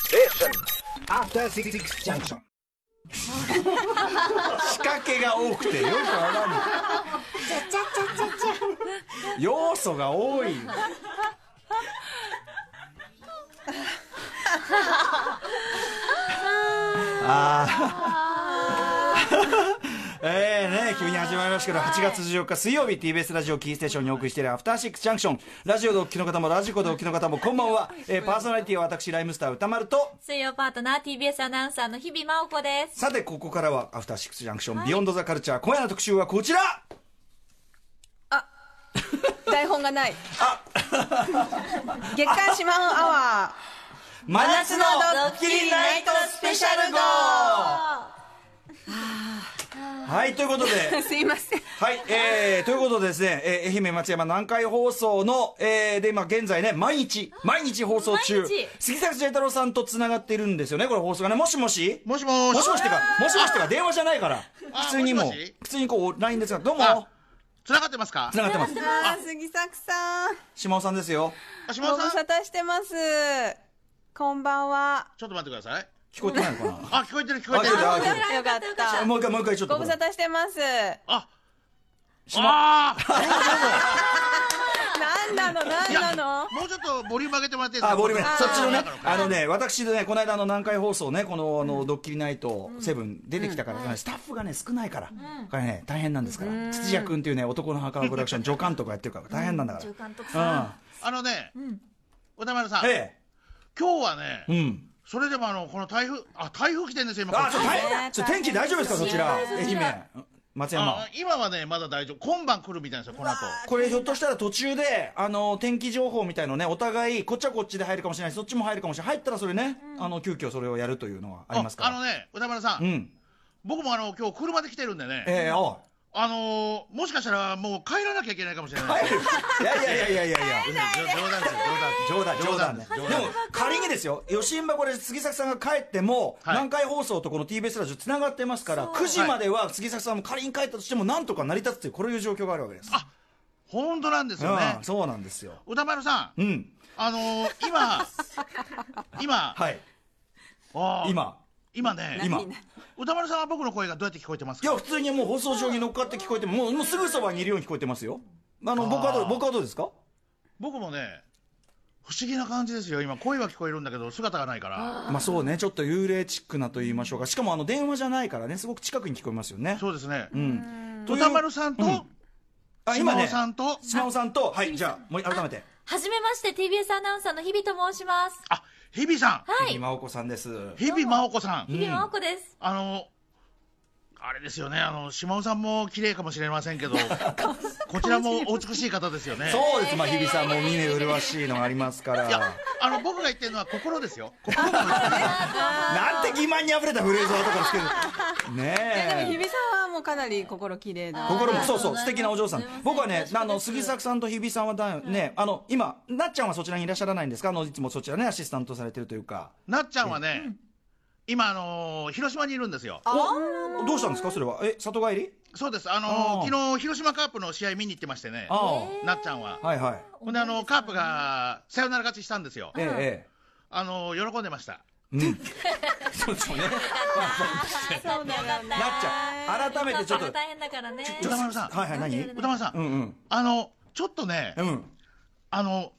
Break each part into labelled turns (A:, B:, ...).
A: Station. After Six Junction.
B: 仕掛けが多くてよくわかんない要素が多いああ えーね、急に始まりましたけど、8月14日水曜日 TBS ラジオキーステーションにお送りしているアフターシックスジャンクションラジオでお聞きの方もラジコでお聞きの方もこんばんは、えーパーソナリティは私ライムスター歌丸と
C: 水曜パートナー TBS アナウンサーの日々真央子です。
B: さてここからはアフターシックスジャンクション、ビヨンドザカルチャー今夜の特集はこちら
D: 台本がない。月刊シマウンアワ
B: 真夏のドッキリナイトスペシャル号はい、という ことで、
D: ー。すいません。
B: はい、えー、ということでですね、えー愛媛松山南海放送の、えー、で、今現在ね、毎日、毎日放送中
C: 毎日、
B: 杉崎清太郎さんと繋がっているんですよね、これ放送がね、もしもし
E: もしもーし。
B: もしもしってか、もしもしってか、電話じゃないから、
E: あ
B: 普通にもう
E: もしもし、
B: 普通にこう、LINE ですが、どうも
E: あ、繋がってますか
B: 繋がってます。
D: あー、杉作さん。
B: 島尾さんですよ。
E: あ、島
D: ご
E: 田
D: 無
E: さ
D: 沙
E: ん。
D: 汰してます。こんばんは。
E: ちょっと待ってください。
B: 聞こえてないのか
E: あ、聞こえてる聞こえてる。
B: あ
E: あ
B: 聞こえて
D: よかった
B: なもう一回、もう一回ちょっと
D: ご
B: こ
D: 無
B: れ。
D: 沙汰してます。
E: あ、
B: 島
E: あー
D: なんなの、
E: い
D: な
E: や
D: んなの。
E: もうちょっとボリューム上げてもらっていいですか
B: あ、ボリュームね
D: あー
B: そっちのね
E: 中の、
B: あのね、私ね、この間あの南海放送ね、このあのドッキリナイトセブン出てきたから、スタッフがね少ないから、これね大変なんですから。土屋君っていうね男の墓のプロダクション助監督がやってるから大変なんだか
C: 中監督さん。
B: ら。
E: あのね、歌丸さん
B: うん。、え
E: 今日はね
B: え、、うん。
E: それでもあの、この台風、あ、台風来てんですよ、今。こ
B: あ
E: っ、ち
B: ちょ大ちょ天気大丈夫ですかそちら
C: 心配
B: 愛
C: そち
B: 媛
C: ら
B: 松
E: あ
B: 山。
E: 今はね、まだ大丈夫。今晩来るみたいですよ、この後。
B: これひょっとしたら途中であの天気情報みたいのねお互いこっちはこっちで入るかもしれないしそっちも入るかもしれない入ったらそれねあの急遽それをやるというのはありますか
E: あ
B: ら
E: のね、歌丸さ、
B: うんん
E: 僕もあの、今日車で来てるんでね、
B: ええあ
E: あのー、もしかしたらもう帰らなきゃいけないかもしれない。
B: 帰るいやいやいやいやいやいや
E: 冗談ですよ、
B: 冗談冗談ね
E: 冗談
B: でも仮にですよ吉んばこれ杉崎さんが帰っても、
E: はい
B: 南海放送とこの TBS ラジオつながってますから9時までは杉崎さんも仮に帰ったとしてもなんとか成り立つというこういう状況があるわけです
E: あ本当なんですよね
B: うん。そうなんですよ
E: 歌丸さん、
B: うん
E: あのー、今、今、
B: はい
E: あー
B: 今
E: 今ね、
B: 今い
E: 歌丸さんは僕の声がどうやって聞こえてます
B: や
E: か
B: 普通にもう放送上に乗っかって聞こえてももうもうすぐそばにいるように聞こえてますよあの僕はど
E: あ
B: う
E: ー
B: 僕はどうですか
E: 僕もね、不思議な感じですよ。今、声は聞こえるんだけど、姿がないから。
B: まあそうねちょっと幽霊チックなと言いましょうかしかもあの電話じゃないからねすごく近くに聞こえますよね
E: そうですね。
B: うんという
E: 歌丸さんと、
B: あ今
E: 今
B: ね
E: さんと、
B: 島尾さんとはいじゃあもう改めて
C: はじめまして TBS アナウンサーの日々と申します。
E: あ、日比さ
C: は
B: 日
C: い
B: 々。真央子さんです
E: ん、日比真央子さん。
C: 日々真央子です。
E: あの、あれですよね、あの、島尾さんも綺麗かもしれま せんけど、こちらもお美しい方ですよね。
B: そうです、まあ、日比さんも見目麗しいのがありますか
E: いや
B: ら。、
E: あの、僕が言ってるのは心ですよ。
B: なんて欺瞞にあふれたフレーズを後からつける。
D: いやでも
B: ね
D: 日
B: え。
D: 比さんはもうかなり心綺麗だ。
B: 心も
C: あー
B: そうそう素敵なお嬢さん
C: すいません
B: 僕はね
C: 恐縮です
B: あの杉作さんと日比さんはだねあの今なっちゃんはそちらにいらっしゃらないんですかあのいつもそちらねアシスタントされてるというか
E: なっちゃんはね、今、あのー広島にいるんですよ。
B: おどうしたんですかそれはえ里帰り
E: そうです。あの
B: あー
E: ー昨日、広島カープの試合見に行ってましてね、
B: あ
E: なっちゃんは
B: あ。はいはい
E: ほんで、あのーカープが、サヨナラ勝ちしたんですよ。
B: えええ
E: あのー喜んでました。
B: えうんそうですよね
D: そうなんだ
B: なっちゃん改めてちょっと
C: カープが大変だからね。
E: ちょ歌丸さん
B: はいはい何
E: 歌丸さん、
B: うんうん
E: あの、ちょっとね、
B: うん
E: あの、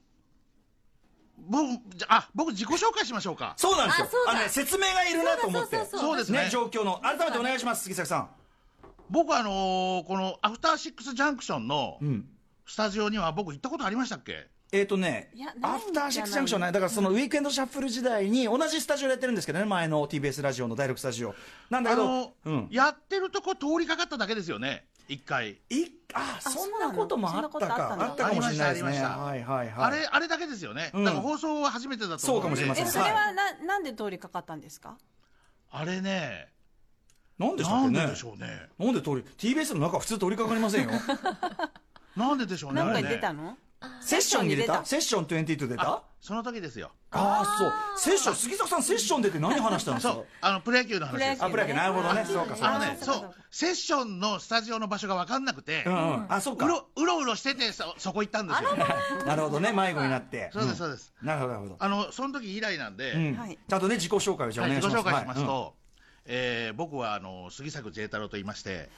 E: 僕、じゃあ、僕自己紹介しましょうか。
B: そうなんですよ
C: あそうだ
B: あのね説明がいるなと思って
C: そうだそう
E: そうですね
B: ね状況の改めてお願いします杉作さん
E: 僕はあのーこのアフターシックスジャンクションの
B: うん
E: スタジオには僕行ったことありましたっけ
B: えーとね
D: いや、
B: ア
D: ないんじゃない
B: フターシックスジャンクションね、だからそのウィークエンドシャッフル時代に同じスタジオでやってるんですけどね、前の TBS ラジオの第6スタジオ。なんだ
E: あ
B: け
E: の
B: ど、うん。
E: やってるとこ通りかかっただけですよね、一回。
B: いあ、そんなこともあった
D: そんなことあ
B: か
D: っ。た
B: あ
D: の
B: ったかもしれないですね。
E: ありましたあ
B: はいはいはい。
E: あれ、あれだけですよね。
B: うん
E: だから放送は初めてだと思う
B: そうか
E: んで
B: もしれませ
D: え、
B: ん
D: それはな、なんで通りかかったんですか。
E: あれね、
B: なんでしたっ
E: な
B: け
E: ん
B: ね
E: ででしょうね。
B: なんで通り、TBS の中は普通通りかかりませんよ。
E: なんででしょうね、
D: なん
E: あ
D: か
E: れ
D: 出
E: ね
D: たの。
B: セッションに出た
D: セ
B: セッション22出た
E: その時ですよ。
B: ああ、そう。セッション、杉崎さんセッション出て何話したんです
E: そ
B: か
E: う、あの、プロ野球の話です
D: プロ
B: あ、
D: 野球
B: プロ野球、なるほどね。そうか、そう
E: あ
B: か。
E: のね、
D: あー
E: そ
D: そうかそう
E: う
D: か、
E: セッションのスタジオの場所が分かんなくて、
B: う
E: うん
B: うん。あ、そうか。
E: ろ、うろうろしてて、そ、そこ行ったんですよ。
B: なるほどね。迷子になって。
E: そうです、
B: ん
E: そうです。
B: なるほど、なるほど。
E: あの、その時以来なんで、
B: うん
D: はい
B: ちゃんとね、自己紹介をじゃあ
E: は
B: お
E: い、
B: 願いしま
E: 自
B: す。
E: 己紹介しますと、
B: はい
E: えー僕はあの杉作 J 太郎と言いまして、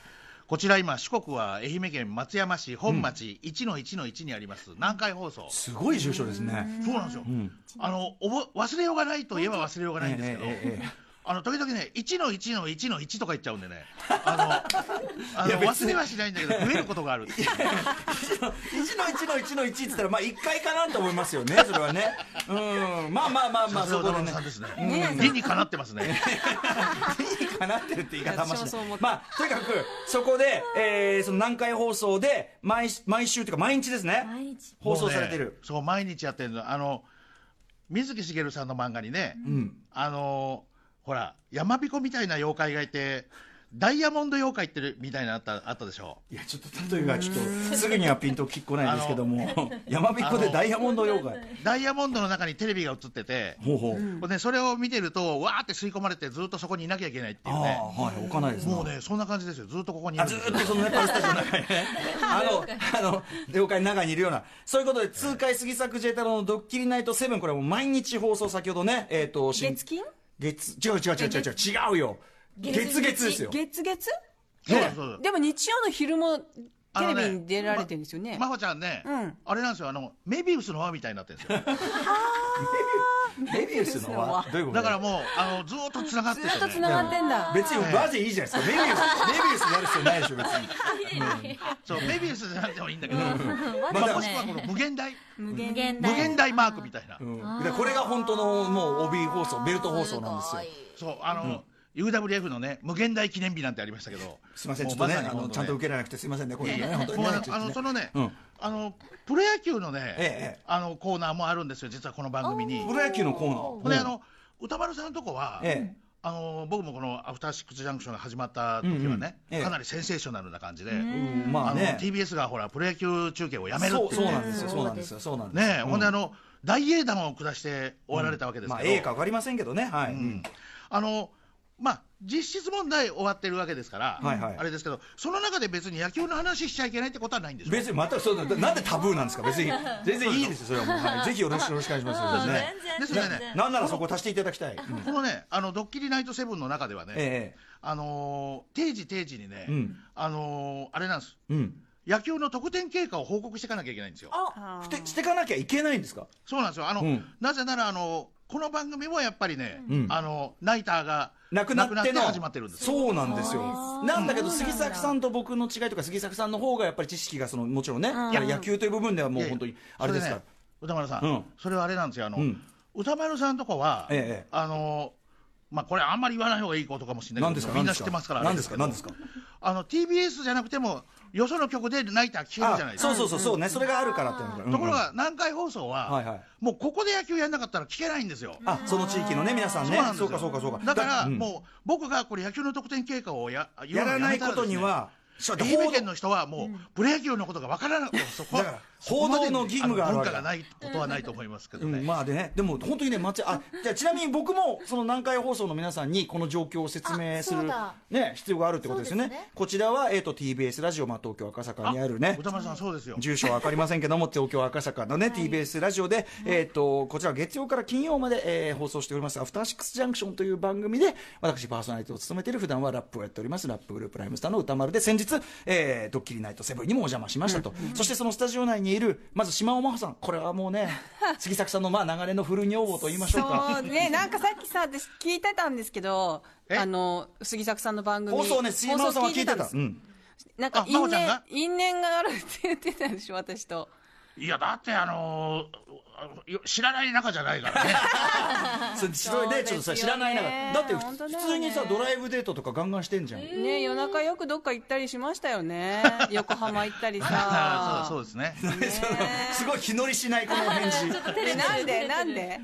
E: こちら今、四国は愛媛県松山市本町1の1の1にあります、南海放送
B: うん、すごい住所ですね。
E: そうなんですよ、
B: ん
E: あのおぼ忘れようがないといえば忘れようがないんですけど、
B: ええええええ
E: あの時々ね、1の1の1の1とか言っちゃうんでね、あ のあ
B: いや
E: の
B: 別
E: 忘
B: に
E: れはしないんだけど、増えることがあるっていう
B: 1の1の1の1って言ったら、まあ、1回かなと思いますよ ね、それはね。うん。まあまあまあまあ、
E: さす
B: そ
E: が小
B: こで
E: 田
B: ね
E: さん。ですね、
D: ねえ
E: 理にかなってますね。
B: 理にかなってるって言い方まし
D: 私も
B: い
D: そう思った
B: まあとにかくそこで、えー、その南海放送で毎し毎週というか毎日ですね
C: 毎日。
B: 放送されて
E: もうね
B: る、
E: そう毎日やってるのあの水木しげるさんの漫画にね、あのほら山彦みたいな妖怪がいてダイヤモンド妖怪ってるみたいなのあったあったでしょ
B: いやちょっと例えばちょっとすぐにはピンときっこないですけども山彦でダイヤモンド妖怪
E: ダイヤモンドの中にテレビが映ってて、
B: ほうほう、
E: ほんでそれを見てるとわーって吸い込まれてずっとそこにいなきゃいけないって
B: あ
E: いう
B: あ
E: ね
B: はい置かないですね
E: もうねそんな感じですよずっとここにい
B: あ
E: る
B: ずーっとそのねパルスタジオの中にね あのあの妖怪の中にいるようなそういうことで痛快杉作 J 太郎の「ドッキリナイト7」これはもう毎日放送先ほどねえっ、と新
D: 月金
B: 月違う違う違う違う違う違うよ
C: 月
B: 月月ですよ
D: 月月
E: そうだそうだ
D: でも日曜の昼もテ
E: あの
D: レ
E: ね
D: ビに出られてるんですよね。
E: まほちゃんね、
D: うん
E: あれなんですよあのメビウスの輪みたいになってるん ですよ
B: メビウスの輪どういうこと
E: だからもうあのずーっとつながってて、ね、
D: ずっと繋がってんだ。
B: 別にマジいいじゃないですか。メビウス、メビウスやる必要ないでしょ、 別に。
E: そうメビウスじゃなくてもいいんだけど、
C: ま
E: まあ、
B: だ
E: もしくはこの無限大、
D: 無限
C: 無限
E: 無
C: 大。
E: 限大マークみたいな、
B: うん、でこれが本当のもう帯放送、ベルト放送なんですよ。
E: そう、あの、UWF のね、無限大記念日なんてありましたけど、
B: すみません、
E: も
B: ちょっ
E: う
B: とね、
E: まさに
B: あの、
E: 本
B: ち
E: 当
B: ゃん
E: ね
B: と受けられなくてすみませんね、これね、本当に
E: もう
B: ね
E: ね。
B: ちょっ
E: あ
B: と
E: の
B: ね
E: そのね、
B: うん
E: あのプロ野球のね、
B: ええええ
E: あのコーナーもあるんですよ、実はこの番組に。
B: プロ野球のコ
E: ほ
B: ー
E: ん
B: ナ
E: で
B: ー。
E: あの歌丸さんのとこは、
B: ええ
E: あの僕もこの「アフターシックス・ジャンクション」が始まった時はね、
B: うんうんええ
E: かなりセンセーショナルな感じで、
B: うんま
E: あ
B: あ
E: の
B: ね。
E: TBS がほらプロ野球中継をやめるってい
B: そうう、そ
E: ね
B: うなんですよ、そうなんですよ、そうなんですよ。
E: ねえほんであの大英断を下して終わられたわけです
B: まあ、
E: けど、
B: ええかわかりませんけどね、はい。うん
E: あのまあ、実質問題終わってるわけですから、
B: はいはい
E: あれですけど、その中で別に野球の話しちゃいけないってことはないんでしょ
B: 別に、また、そうだ、なんでタブーなんですか、別に。全然いいですよ、それはもう はい。ぜひよろしく、よろしくお願いします。
C: うん
B: ね
E: で
C: 全
E: す
C: 然
E: よ
C: 全
E: ね
C: 然。
B: なんならそこ足していただきたい。うん
E: このね、あのドッキリナイトセブンの中ではね、
B: え
E: あのー定時定時にね、
B: うん
E: あのーあれなんです、
B: え。うん。
E: 野球の得点経過を報告していかなきゃいけないんですよ。
B: あ、ふて、してかなきゃいけないんですか
E: そうなんですよあの、
B: うん
E: なぜならあのこの番組もやっぱりね、
B: うん
E: あのナイターが
B: なくなっての
E: 始まってるんですよ。
B: そうなんですよ
C: そう
B: なんだけど杉作さんと僕の違いとか杉作さんの方がやっぱり知識がそのもちろんね、
D: ん
B: いや野球という部分ではもう
E: いやいや
B: 本当にあれですから、
E: そね歌丸さん、
B: うん
E: それはあれなんですよ、あの、
B: うん
E: 歌丸さんとこは、
B: ええ
E: あのまあ、これ、あんまり言わない方がいいことかもしれない
B: 何
E: け
B: です
E: ど、
B: か
E: みんな
B: 何
E: 知ってますから、
B: 何ですか
E: あれ
B: 何
E: で
B: ですす
E: け
B: か
E: どあの TBS じゃなくても、よその曲でナイター聞けるじゃない
B: あ
E: ですか。
B: そうそうそうそうねそれがあるからっていうのが、うんうん
E: ところが、南海放送は、
B: はいはい
E: もうここで野球やんなかったら聞けないんですよ。
B: あその地域のね皆さんね
E: なんです
B: そ
E: よ
B: うかそうかそうか
E: だから、
B: ん
E: もう僕がこれ野球の得点経過をや言う
B: や
E: のを
B: らない
E: めた
B: こ
E: らで
B: と
E: すね
B: にはそうだ
E: 愛
B: 報道
E: 媛県の人はもう、プロ野球のことがわからなくて、そこ
B: だから報道の義務がある
E: 文
B: わけ
E: 化
B: だ
E: がないことはないと思いますけど
B: う
E: ね。
B: ん、まあでね、でも本当にね、松あじゃあちなみに僕もその南海放送の皆さんにこの状況を説明す
C: あそ
B: る
C: うだ
B: ね必要があるってことですよね。
C: そうですね
B: こちらはえっ、と TBS ラジオまあ東京赤坂にあるね。
E: 歌丸さん、そうですよ。
B: 住所は分かりませんけども、東京赤坂のね、TBS ラジオで、えっ、と、こちらは月曜から金曜まで、えー放送しております、アフターシックスジャンクションという番組で、私パーソナリティを務めている、普段はラップをやっております、ラップグループライムスターの歌丸で、先日、えードッキリナイトセブンにもお邪魔しましたと。そしてそのスタジオ内にいる、まず島尾真帆さん、これはもうね、杉作さんのまあ長年の古女房と言いましょうか。
D: そうね、なんかさっきさ、私聞いてたんですけど、
E: え
D: あの、杉作さんの番組。
B: 放送ね、島尾さんは聞いてた。
D: 放送
B: う
D: で
B: ん
D: すなんか
E: あ真
D: 因
E: 帆ちゃん
D: 縁
E: が、
D: 因縁があるって言ってたでしょ、私と。
E: いや、だってあのーあよ知らない中じゃない からね
B: そう白いねちょっとさ知らないながらだって
D: 本当だよね
B: 普通にさドライブデートとかガンガンしてんじゃん
D: ね夜中よくどっか行ったりしましたよ ね横浜行ったり
E: あ
D: さ
E: そうそうですね
B: すごい気乗りしないこの返事
D: えなんでなんで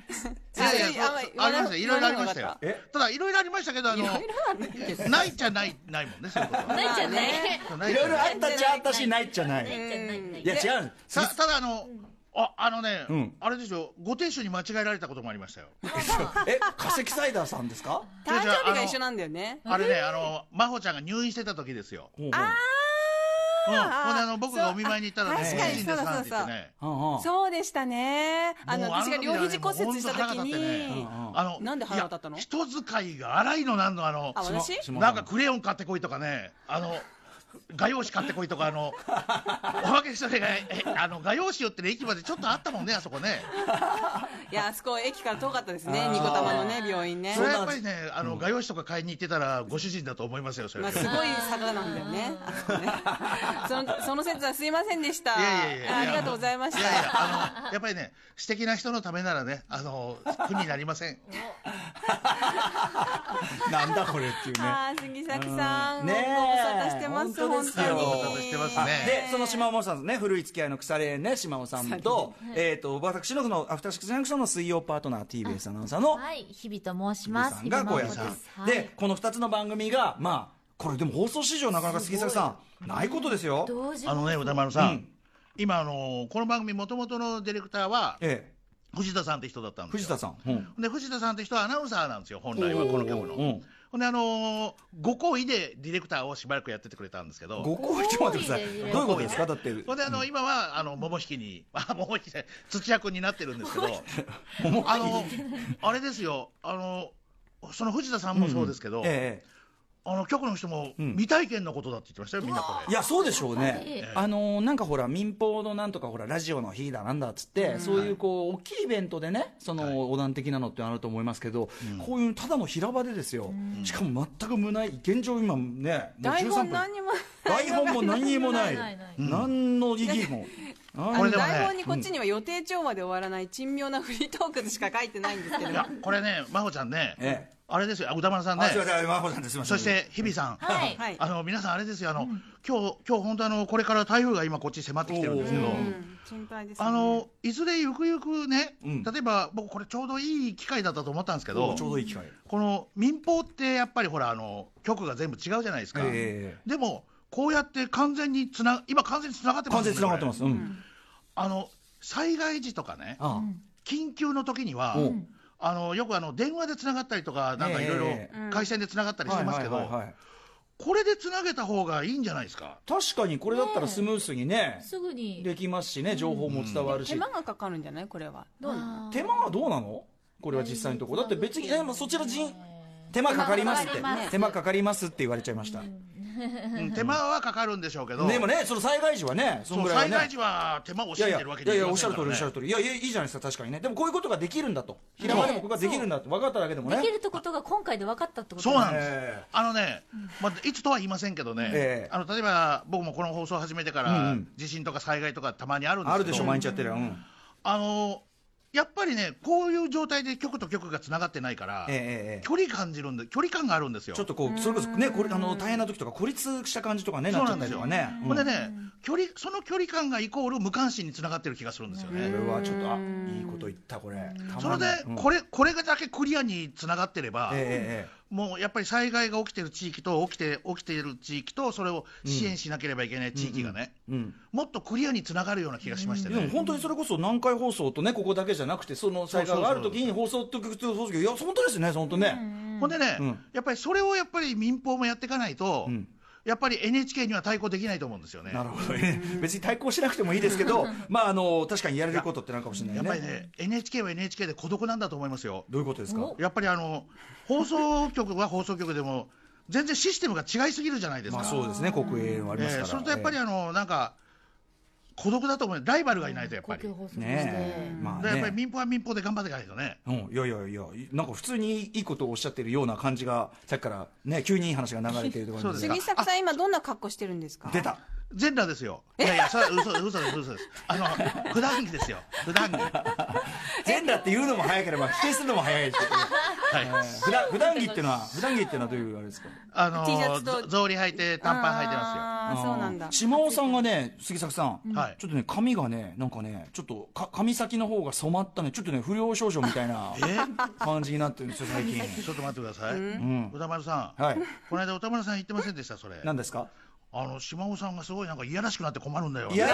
E: いやいやそうありましたいろいろありましたよ
B: え
E: ただいろいろありましたけどあの ないじゃないないもんねそういうことは
C: な
E: ね
C: いじゃない。
E: そうない
B: い
E: じゃ
B: ろいろ
E: ない
B: あったっちゃあったしないっちゃな
C: ないいじゃないない。
B: いや違うんです
E: さただあのああのね、
B: ん
E: あれでしょご亭主に間違えられたこともありましたよ
B: え化石サイダーさんですか
D: 誕生日が一緒なんだよね
E: あれね、あの、真帆ちゃんが入院してた時ですよ。
B: ほうほう
E: うん。ほんで、あ
D: そう
E: の、僕がお見舞いに行ったら
D: あ
E: ね、
D: 確
B: かに
E: 美人ですなんて言ってね。
B: はんはん
D: そうでしたねあの
E: もう
D: 私が両肘骨折した時
E: あの時はね
D: に
E: も
B: う
E: う
B: んうん
E: あの、
D: なんで腹が立ったの
E: いや人使いが荒いのなんの、あの
D: あ、私
B: しま
E: なんかクレヨン買ってこいとかね、あの、画用紙買ってこいとか、あ の、おまけにそれが、えあの、画用紙よってね、駅までちょっとあったもんね、あそこね。
D: いやあそこ駅から遠かったですね
B: あー
D: ニコ玉のね病院ね
E: それはやっぱりね、あの、画用紙とか買いに行ってたら、ご主人だと思いますよ、それ
D: まあ、
E: は。
D: すごい坂なんだよね。あそこねその、その説はすいませんでした。
E: いやいやいや
D: ありがとうございました。
E: いやいや、あの、やっぱりね、素敵な人のためならね、あの、苦になりません。
B: なんだこれっていうね
D: あー杉崎さん、
B: ねえ
D: ご無沙汰してます、
B: 本当
D: 本
B: です
D: 当
B: よ
D: に。
B: ご無
E: 沙汰してますね
B: あでその島尾さんですね古い付き合いの腐れ縁ね島尾さんと,、えー、と私のこの「アフターシックスジャンクション」の水曜パートナー TBS アナウンサーの
C: はい、日々と申し
B: 日
C: ま
B: 比
C: す。
B: さんが
C: 日
B: 小
C: 々
B: 屋
C: 真央
B: さん
C: 子です
B: で,、
C: はい
B: この2つの番組がまあこれでも放送史上なかなか杉崎さんないことですよ
C: 同時
E: あのね、歌丸さん、
B: うん
E: 今、あの、この番組、もともとのディレクターは、
B: ええ
E: 藤田さんって人だったんです
B: 藤
E: よ。
B: 田さん、うん
E: で、藤田さんって人はアナウンサーなんですよ、本来は、この局の。
B: おーうん
E: ほんで、あのーご厚意でディレクターをしばらくやっててくれたんですけど、
B: ご好意ちょっと待ってください
C: ご好意で
B: どういうことですかだって
E: ほんで、あの、今は、あの、桃引きに、 あ、桃引きじゃない土屋君になってるんですけど、
B: 桃引き
E: あの、あれですよ、あの、その藤田さんもそうですけど、
B: ええ
E: あの、局の人も
B: ん
E: 未体験のことだって言ってましたよ、みんなこれ。
B: いやそうでしょう
C: え
B: ね
C: え、
B: あのーなんかほら、民放のなんとかほら、ラジオの日だなんだっつって、そういうこう大きいイベントでね、そ
E: はい
B: の横断的なのってあると思いますけど、こういうただの平場でですよ、しかも全く無ない、現状、今ね、もう
D: 台
B: 13
D: 本
B: 分、
D: 何にも。
B: 台本も何にもな
C: ないない
B: い
C: ない、
B: 何の意義も、あ
D: あの
E: これでもね
D: 台本にこっちには予定調和で終わらない珍妙なフリートークでしか書いてないんですけど
E: いや、これね、真帆ちゃんね、
B: ええ
E: あれですよ、あ歌丸さんね
B: あ、すみません、真帆さんです、すみません、
E: そして日比さん、
C: はい
D: はい
E: あの皆さん、あれですよ、あの、今日今日本当あの、これから台風が今、こっち迫ってきてるんですけど
B: お。
D: う
B: ー
D: ん心配ですね
E: あのいずれゆくゆくね、
B: うん
E: 例えば僕、これちょうどいい機会だったと思ったんですけど、
B: ちょうどいい機会、
E: この民放ってやっぱりほら、あの局が全部違うじゃないですか、
B: え
E: でも、こうやって完全につな、今、完全につながっ
B: え
E: てま
B: 完
E: す
B: 全
E: よね
B: につながってま
E: こ
B: す、うん、
E: れあの災害時とかね、
B: あ
E: 緊急の時には、
B: うん
E: あのよくあの電話でつながったりとか、なんかいろいろ
B: え
D: え
E: 回線でつながったりし
B: は
E: て
B: い
E: ます
B: は
E: け
B: い
E: ど、
B: はいはい
E: これでつなげた方がいいんじゃないですか。
B: 確かにこれだったらスムースにね、
C: すぐに。
B: できますしね、情報も伝わるし、
D: 手間がかかるんじゃないこれはどうなの
C: あー
B: 手間はどうなのこれは実際のところだって別にえもうそちら人手間かかりますって
C: 手間かかります
B: 手間かかりますって言われちゃいました、
E: うん手間はかかるんでしょうけど、
B: でもねその災害時はねそ
E: そ
B: の
E: う
B: ぐらいは
E: 災
B: ね
E: 害時は手間を惜
B: い
E: し
B: やい
E: ん
B: や
E: でるわけ
B: い
E: で
B: やい
E: き
B: やお
E: ま
B: っし
E: せ
B: ゃ
E: ん
B: る
E: か
B: 通りおっしゃ
E: ら
B: る通
E: ね。
B: りいやいやいいじゃないですか確かにねでもこういうことができるんだと平場でもここができるんだって分かっただけでもね
C: できるってことが今回で分かったってこと
E: そうなんです。
B: え
E: あのね、まあ、いつとは言いませんけどね、
B: ええ
E: あの例えば僕もこの放送始めてか
B: うんう
E: ら、
B: ん
E: 地震とか災害とかたまにあるん
B: え
E: ですけど、
B: あるでしょ毎日やってるよ、うん
E: あのやっぱりね、こういう状態で局と局がつながってないから、
B: えええええ
E: 距離感じるんで、距離感があるんです
B: え
E: よ。
B: ちょっとこうそれこそねこれあの大変な時とか孤立した感じとかね
E: そう
B: なっちゃ
E: なん
B: った
E: で
B: り
E: す
B: と
E: よ。
B: かね
E: ほんでね、距離その距離感がイコール無関心につながってる気がするんですよ
B: こ
E: ね。
B: れはちょっとあいいこと言ったこれた
E: それで、これこれだけクリアにつながってれば、
B: れ、ええええ
E: もうやっぱり災害が起きてる地域と起きて起きている地域とそれを支援しなければいけない地域がね、
B: うん
E: もっとクリアにつながるような気がしまして
B: でも
E: ね。
B: 本当にそれこそ南海放送とね、ここだけじゃなくて、その災害があるときに放送と局と放送局、いや、本当ですね、本当ね。
E: ほんでね、
B: うん
E: やっぱりそれをやっぱり民放もやっていかないと、
B: ん
E: やっぱり NHK には対抗できないと思うんですよね。
B: なるほどね。別に対抗しなくてもいいですけど、 まあ、あの、確かにやれることってなんかもしれない
E: や
B: ね。
E: っぱりね、NHK は NHK で孤独なんだと思いますよ。
B: どういうことですか
C: お
E: やっぱりあの放送局は放送局でも、全然システムが違いすぎるじゃないです
B: ま
E: か。
B: あそうですね、国営はありますか
E: えー
B: ら。
E: それとやっぱり
B: え
E: あの、なんか、孤独だと思う、ライバルがいないとやっぱ
C: 公
E: り。
C: 共放送
B: え
C: して。
B: ねえ、まあ
E: でやっぱり
B: ね。
E: 民放は民放で頑張っていかないとね。
B: うん、いやいやいや、なんか普通にいいことをおっしゃってるような感じが、さっきからね、急にいい話が流れてるところ
E: そうですか
D: 杉作さん今どんな格好してるんですか
B: 出た。
E: 全裸ですよ。いやいや、それ嘘です嘘です嘘です。あの普段着ですよ。普段着。は
B: 全裸って言うのも早ければ否定するのも早いです けど
E: い。
B: 普段普段着っていうのは普段着っていうのはどういうあれですか
E: あの
D: T シャツと
E: ぞ草履履いて短パン履いてま
D: あーそうなんだ。
B: 島尾さんがね杉作さん、
E: すよ。はい
B: ち。ょっとね髪がねなんかねちょっとか髪先の方が染まったねちょっとね不良少女みたいな
E: え
B: 感じになってるんですよ最近
E: ちょっと待ってください。
B: うん
E: 歌丸さん、
B: はい
E: この間歌丸さん言ってませんでしたそれ。
B: 何です か
E: あの島尾さんがすごいなんかいやらしくなって困るんだよ。
B: いや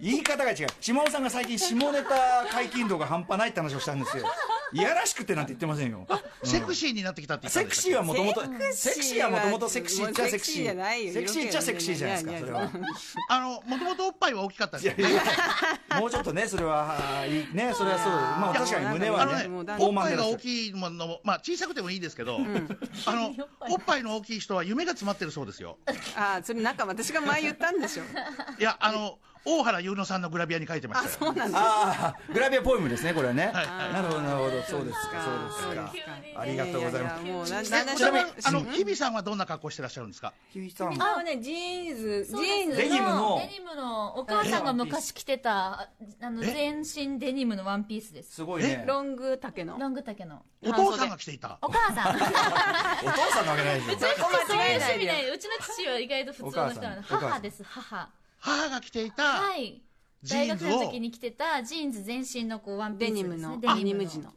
B: 言い方が違う島尾さんが最近下ネタ解禁度が半端ないって話をしたんですよいやらしくてなんて言ってませんよ
E: セクシーになってきたって言った
B: セ
E: んで
B: ク
E: す
B: シーはもともとセ
D: セ
B: クシ
D: クシ
B: ーは
D: ーは
B: もともとセクシーっちゃセ
D: セ
B: ク
D: ク
B: シ
D: シーじゃない
B: ー
D: よ
B: セクシーっちゃセクシーじゃないですかそれは
E: あのもともとおっぱいは大きかったん
B: い
E: です
B: やい。
E: よ
B: やいやもうちょっとねそれはいいねそれはそうまあ
E: いや
B: 確かに胸
E: あ
B: は
E: の
B: ね
E: ね、おっ
B: 豊満
E: ぱ
B: で
E: い
B: らっしゃ
E: が大
B: る
E: きいものも、まあ小さくてもいいですけど、あのおっぱいの大きい人は夢が詰まってるそうですよ。
D: ああ、それなんか私が前言ったんでしょ。
E: いや、あの大原優乃さんのグラビアに書いてま
D: あ、
E: した
D: そ
E: よ。
D: うなんだ。
B: ああグラビアポエムですねこれはね
E: はい
B: なるほどなるほどそうですかそうですかありがとうございます
D: やややもうな
E: え
D: だんだん
E: ちなみに
D: し
E: あの日比さんはどんな格好してらっしゃるんですか。
B: ひいさん
D: あねジーンズジ
C: そうです
D: ーンズ
B: デニムの
C: デニムのお母さんが昔着てたあの
E: え
C: 全身デニムのワンピースです
B: すごいね
D: ロング丈の
C: ロング丈の
E: お父 さんが着ていた。
C: お母さん
B: お父さんなわけないでしょ
C: そういう趣味
D: 間違
C: ないうちの父は意外と普通の人なの
B: お母さんお母さん
C: 母です母
E: 母が着ていた
C: はい
E: ジ
C: 大
E: ーン
C: 学
E: ズ
C: の
E: を
C: 時に着てたジーンズ全身のこうワンピー
D: デ
C: スで
D: ニ
C: す
D: ム
C: ね
D: の
C: デ
D: デニム地の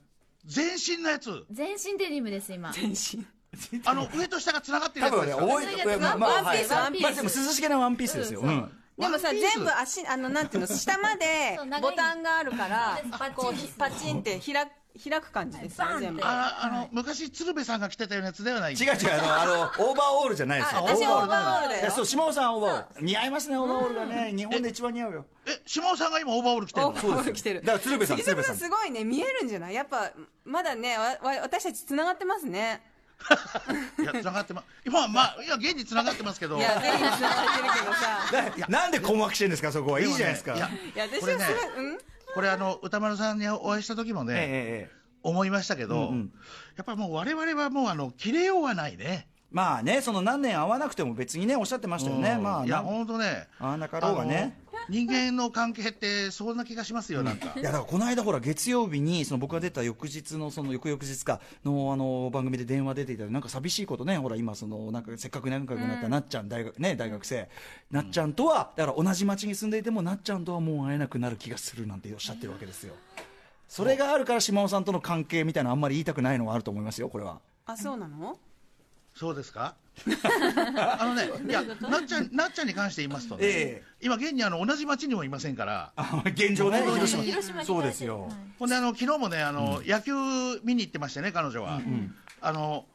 E: 全身のやつ。
C: 全身デニムです今
D: 全身
E: あの上と下が繋がってる
B: 多
E: や
B: 分ね
E: つですよね。
B: 覚えてまあまあ
D: ワンピース
B: は
D: ワン
B: い
D: ピース
B: まあでも涼しげなワンピースですようん
D: でもさ
E: ワンピース
D: 全部足あのなんていうの下まで
C: そう長い
D: ボタンがあるから
C: パチン
D: こうパチンって開く開く感じですよ
C: バンって
D: 全部あ
E: ああの昔鶴瓶さんが着てたようなやつではない。
B: 違う違うあのあのオーバーオールじゃないですよ
D: 私はオーバーオール
B: い
D: だ
B: や
D: よ
B: そう島尾さんオーバーオール似合いますねオーバーオールがね日本で一番似合うよ
E: え島尾さんが今オーバーオール着てるの
D: オー。バーオール着てる
B: だから鶴瓶さん
D: 杉
B: 鶴瓶さ
D: 作さ
B: ん
D: んすごいね見えるんじゃないやっぱまだねわわ私たちつながってますね
E: いや繋がってま今はまあいや現に繋がってますけど。
D: いや全員つながってるけどさ
B: ななんで困惑してんですかそこはいい
E: もね
B: じゃないですか
E: いや
D: いや私
E: これ
D: は
E: ね
D: すごいうん
E: これあの歌丸さんにお会いした時も
B: ええ
E: ね、
B: ええええ
E: 思いましたけど、
B: うんうん
E: やっぱもう我々はもうあの切れようがないね。
B: まあねその何年会わなくても別にねおっしゃってましたよね
E: うん
B: まあ
E: いや
B: な
E: 本当ね。
B: 会わなかろうがね
E: あの。人間の関係ってそんな気がしますよな んか
B: い。やだからこの間ほら月曜日にその僕が出た翌日のその翌々日かのあの番組で電話出ていただいてなんか寂しいことねほら今そのなんかせっかく仲良くなったなっちゃん大学ね大学生なっちゃんとはだから同じ町に住んでいてもなっちゃんとはもう会えなくなる気がするなんておっしゃってるわけですよそれがあるから島尾さんとの関係みたいなのあんまり言いたくないのはあると思いますよこれは
D: あそうなの
E: そうです か。あのねいやなっちゃんなっちゃんに関して言いますとね、
B: ええ
E: 今現にあの同じ町にもいませんから。
B: あ現状ね広島
C: 広島に
B: そうですよ
C: はい
E: ほんであの昨日もねあの、野球見に行ってましてね彼女は、あの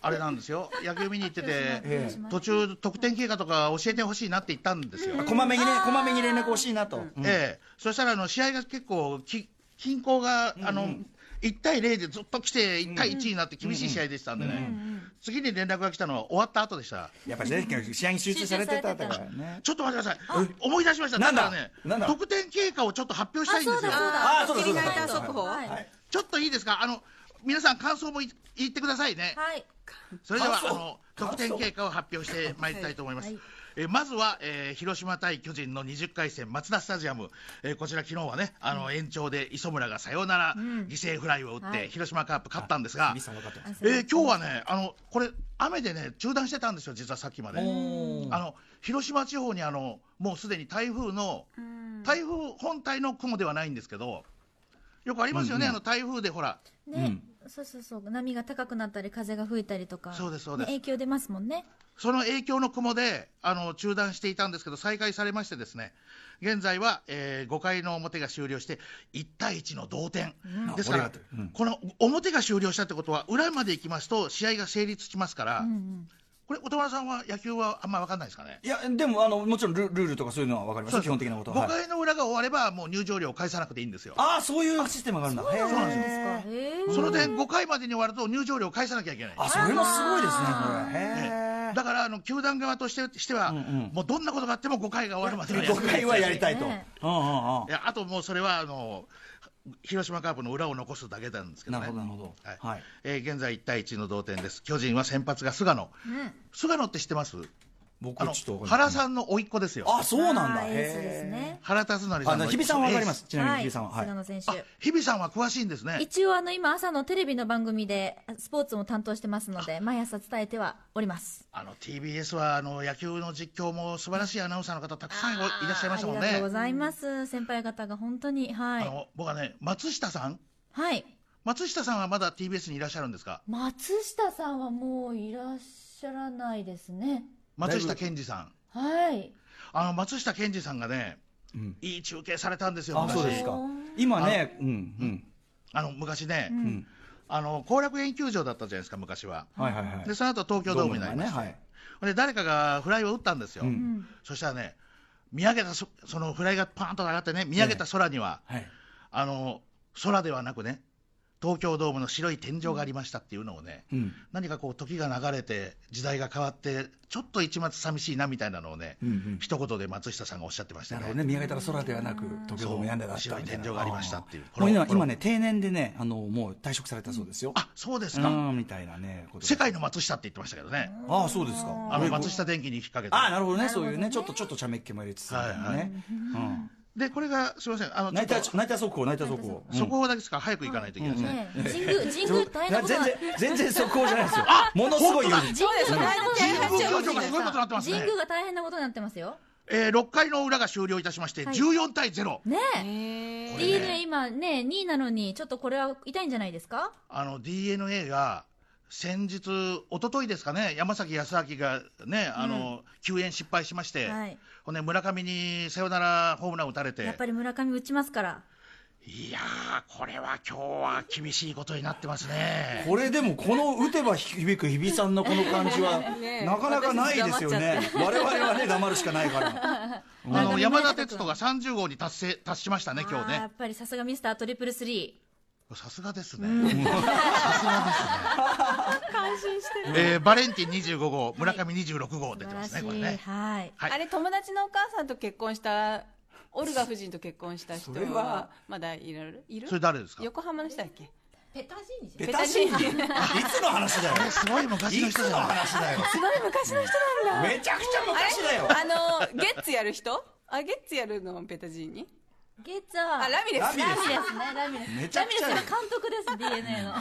E: あれなんですよ野球見に行って
B: え
E: て
B: え
E: 途中得点経過とか教えてほしいなって言ったんですよ、
B: こまめにねこまめに連絡欲しいなと、うん
E: ええそしたらあの試合が結構き均衡があの、1対0でずっと来て1対1になって厳しい試合でしたんでね、次に連絡が来たのは終わった後でした
B: やっぱりね試合に 集中されてたからね
E: ちょっと待ってください思い出しました
B: なんだ
E: からね
B: なんだ
E: 得点経過をちょっと発表したいんですよ
C: あそうだ
B: ああそうだそうだ
D: 切り替えた速報
C: はい
B: はい
E: ちょっといいですかあの皆さん感想もい言ってくださいね、
C: はい
E: それでは
B: 感想
E: あの得点経過を発表してまいりたいと思います、
C: はいはい
E: えーまずは、えー広島対巨人の20回戦マツダスタジアム、えーこちら昨日はねあの延長で磯村がサヨナラ犠牲フライを打って、
C: はい
E: 広島カープ勝ったんですが、
B: ミスさん分かってます
E: えー今日はねあのこれ雨でね中断してたんですよ実はさっきまであ
B: おー
E: の広島地方にあのもうすでに台風の台風本体の雲ではないんですけどよくありますよね、あの台風でほら
C: ね、そうそうそう波が高くなったり風が吹いたりとか
E: そうですそうです
C: ね影響出ますもんね
E: その影響の雲であの中断していたんですけど、再開されまして、ですね現在は、え5回の表が終了して、1対1の同点、ですか
B: あ
E: ら
B: これがうん、
E: この表が終了したってことは、裏まで行きますと、試合が成立しますから、これ、音羽さんは野球はあんま分かんないですかね。
B: いや、でも、あの、もちろんル、ルールとか、そういうのはわかりますよ。基本的なことは。
E: 5
B: はい
E: 回の裏が終われば、もう入場料を返さなくていいんですよ。
B: ああ、そういうシステムがあるんだ。そう
E: なんです
C: へー
E: その点、5回までに終わると、入場料を返さなきゃいけない。
B: あ、それもすごいですね。これ。へえ。
E: だからあの球団側としてしては、もうどんなことがあっても5回が終わるまではや
B: 5
E: る
B: 回はやりたいと。うんうん
C: ね
B: うん
E: い。やあともうそれはあの広島カープの裏を残すだけなんですけど
B: なる
E: ね。
B: ほど、なるほど。
E: はい
B: はい。
E: えー現在1対1の同点です。巨人は先発が菅野。菅野って知ってます？
B: 僕
E: あの
B: ちょっと
E: 原さ
B: ん
E: んの甥っ子ですよ。
B: あそうなんだ
C: あーエースですね。
E: 原辰徳さ
B: あ
E: んの甥っ
B: の日比
E: 子。
B: さんはわかります
E: エー
B: ちなみに日比さんは、はい
C: 菅野選
E: ス。あ
C: 手。
E: 日比さんは詳しいんですね。
C: 一応あの今朝のテレビの番組であスポーツも担当してますので毎朝伝えてはおります
E: あの TBS はあの野球の実況も素晴らしいアナウンサーの方たくさんいらっしゃいましたもん
C: ありがとう
E: ね
C: ご。ざいます先輩方が本当には
E: あ
C: い
E: の僕はね松下さん、
C: はい
E: 松下さんはまだ TBS にいらっしゃるんですか。
C: 松下さんはもういらっしゃらないですね
E: 松下健二さん。
C: はい
E: あの松下健二さんがね、
B: うん
E: いい中継されたんですよ。
B: あ
E: 昔
B: そうですか今ねうんうん
E: あの昔ね、
B: ん
E: あの後楽園球場だったじゃないですか昔は。
B: はいはいはい
E: でその後東京ドームになりまして、
B: ドームがね
E: で誰かがフライを打ったんですよ。
B: うん
C: うん
E: そしたらね、見上げたそそのフライがパーンと上がってね、見上げた空には、
B: はい
E: あの空ではなくね、東京ドームの白い天井がありましたっていうのをね、
B: うん
E: 何かこう時が流れて時代が変わってちょっと一抹寂しいなみたいなのをね、
B: うんうん
E: 一言で松下さんがおっしゃってました
B: な
E: ね。
B: るほどね、見上げたら空ではなく、東京ドームやんだだった
E: そう
B: みたいな。
E: 白い天井がありましたっていう
B: あーもう今、
E: この
B: 今ね、定年でね、あの、もう退職されたそうですよ。
E: あそうです
B: う
E: か、
B: ん、みたいなね、ことで
E: 世界の松下って言ってましたけどね、
B: ああ、そうですか。
E: あの松下電器に引っ掛けて、
B: ああ、なるほどね、そういう
C: な
B: ね、
C: るほどね
B: ちょっと、ちょっと茶目っ気も入れつつみたいな
E: はいは
B: ね。うん
E: でこれがすみません、あの
B: 泣い
E: ちょ
B: た
E: っと、
B: 泣いた速報、泣いた速報。
E: そこだけですから、早く行かないといけないですね。
C: ねえ神宮神宮大変な
B: 全
C: こと
B: 然
C: は、
B: 全然速報じゃないですよ。ものすごい余
C: 神宮が大変なことになっちゃいま
E: 神宮球場がすごいことになってますす
C: よ
E: ね
C: 神宮が大変なことになってますよ
E: えー、6回の裏が終了いたしまして、
C: はい
E: 14対0、
C: ね
D: え
C: え
D: ー
E: これね
C: DNA 今ね2位なのにちょっとこれは痛いんじゃないですか
E: あの d n a が先日、一昨日ですかね、山崎康明がね、あの救援失敗しまして、
C: はい
E: ほんで村上にサヨナラホームラン打たれて、
C: やっぱり村上打ちますから
E: いやー、これは今日は厳しいことになってますね。
B: これでもこの打てば響く日比さんのこの感じは
D: ねえ
B: なかなかないですよね
D: 私
B: 我々はね黙るしかないから
E: あ
C: 村
E: の
C: 上
E: 山田哲人が30号に達成達しましたね、今
C: あーや
E: 日
C: っぱりさすがミスタートリプルスリー
E: ね。 さすがですね。さすが
D: 感心して
E: ですね。えー、バレンティン25号、村上26号
C: 素
E: 出て
C: 晴
E: ま
C: ら
E: す
C: し
E: ね、これ
C: い、
E: ね。
C: はい
E: はい
D: あれ友達のお母さんと結婚したオルガ夫人と結婚した人
B: それは
D: はまだいられるいる
E: それ誰ですか
D: 横浜の人だっけ
C: ペタジーニじ
B: ペタシーニいつの話だよ
E: えーすごい昔の
B: い
E: 人
B: つ
E: じ
B: の
E: ゃない。
B: 話だよ
D: すごい昔の人なんだ
B: めちゃくちゃ昔だよ
D: あのゲッツやる人あゲッツやるのペタジーニ
C: ゃんゲッツァ
D: あラミレ
B: ラ
D: ス
B: ミレ
C: ラ
B: ス
C: ミレスねラミレス
B: めちゃくちゃだ
C: ラ
B: よ
C: ミレスは監督です DNA の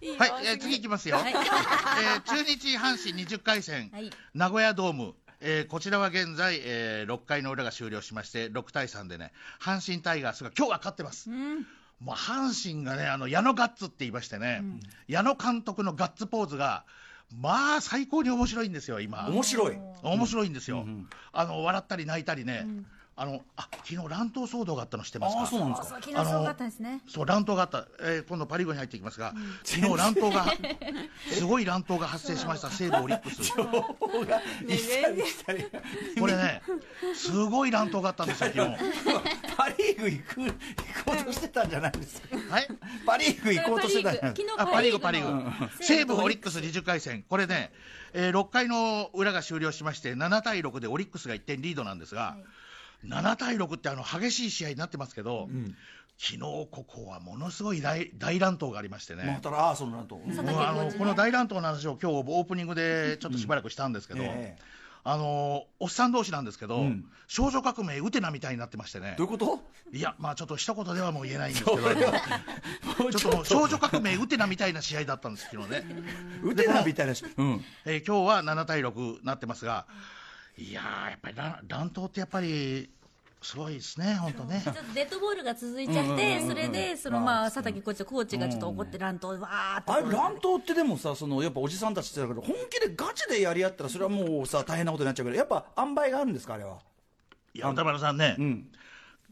D: いいよ
E: はい、えー次いきますよ。
C: い
E: えー中日阪神20回戦、
C: はい
E: 名古屋ドーム。えーこちらは現在、え6回の裏が終了しまして、6対3でね、阪神タイガースが今日は勝ってます。もう阪神がね、あの矢野ガッツって言いましてね、矢野監督のガッツポーズが、まあ最高に面白いんですよ、今。
B: 面白い
E: 面白いんですよ、あの笑ったり泣いたりね、あのあ昨日乱闘騒動があったの知ってますか
B: ああそうなんです
C: そ
B: か
C: う昨日すごかったですね
E: そう乱闘があった、えー今度パ・リーグに入っていきますが、昨日乱闘が、すごい乱闘が発生しました、西武オリックス、
D: ね全然
E: これね、すごい乱闘があったんですよ、昨日
B: パ・リーグ行く行こうとしてたんじゃないですか
E: はい
B: パ・リーグ行こうとしてたんじゃない
C: 昨日
E: あパ・リーグ、パ・リ
C: の
E: ーグ、西武、オリックス20回戦、これね、え6回の裏が終了しまして、7対6でオリックスが1点リードなんですが、7対6ってあの激しい試合になってますけど、昨日ここはものすごい大大乱闘がありましてね。
B: またらああそうなんと
C: 佐
E: もう
C: 竹
E: あ
C: コー
E: の
C: チね
E: この大乱闘の話を今日オープニングでちょっとしばらくしたんですけど、
B: うんええ
E: あのおっさん同士なんですけど、
B: ん
E: 少女革命ウテナみたいになってましてね
B: どういう こと
E: いやまあちょっと一言ではもう言えないんですけどちょっともう少女革命ウテナみたいな試合だったんです昨日ね、
B: 打てなみたいなしうん
E: えー今日は7対6なってますがいやーやっぱり乱乱闘ってやっぱりすごいですね本当ね
C: ちょっとデッドボールが続いちゃって、それで、そのまあ、佐竹コーチとコーチがちょっと怒って乱闘、わーっと
B: あれ乱闘ってでもさそのやっぱおじさんたちってだけど本気でガチでやり合ったらそれはもうさ大変なことになっちゃうけどやっぱ塩梅があるんですかあれはい
E: や歌丸さんね、
B: ん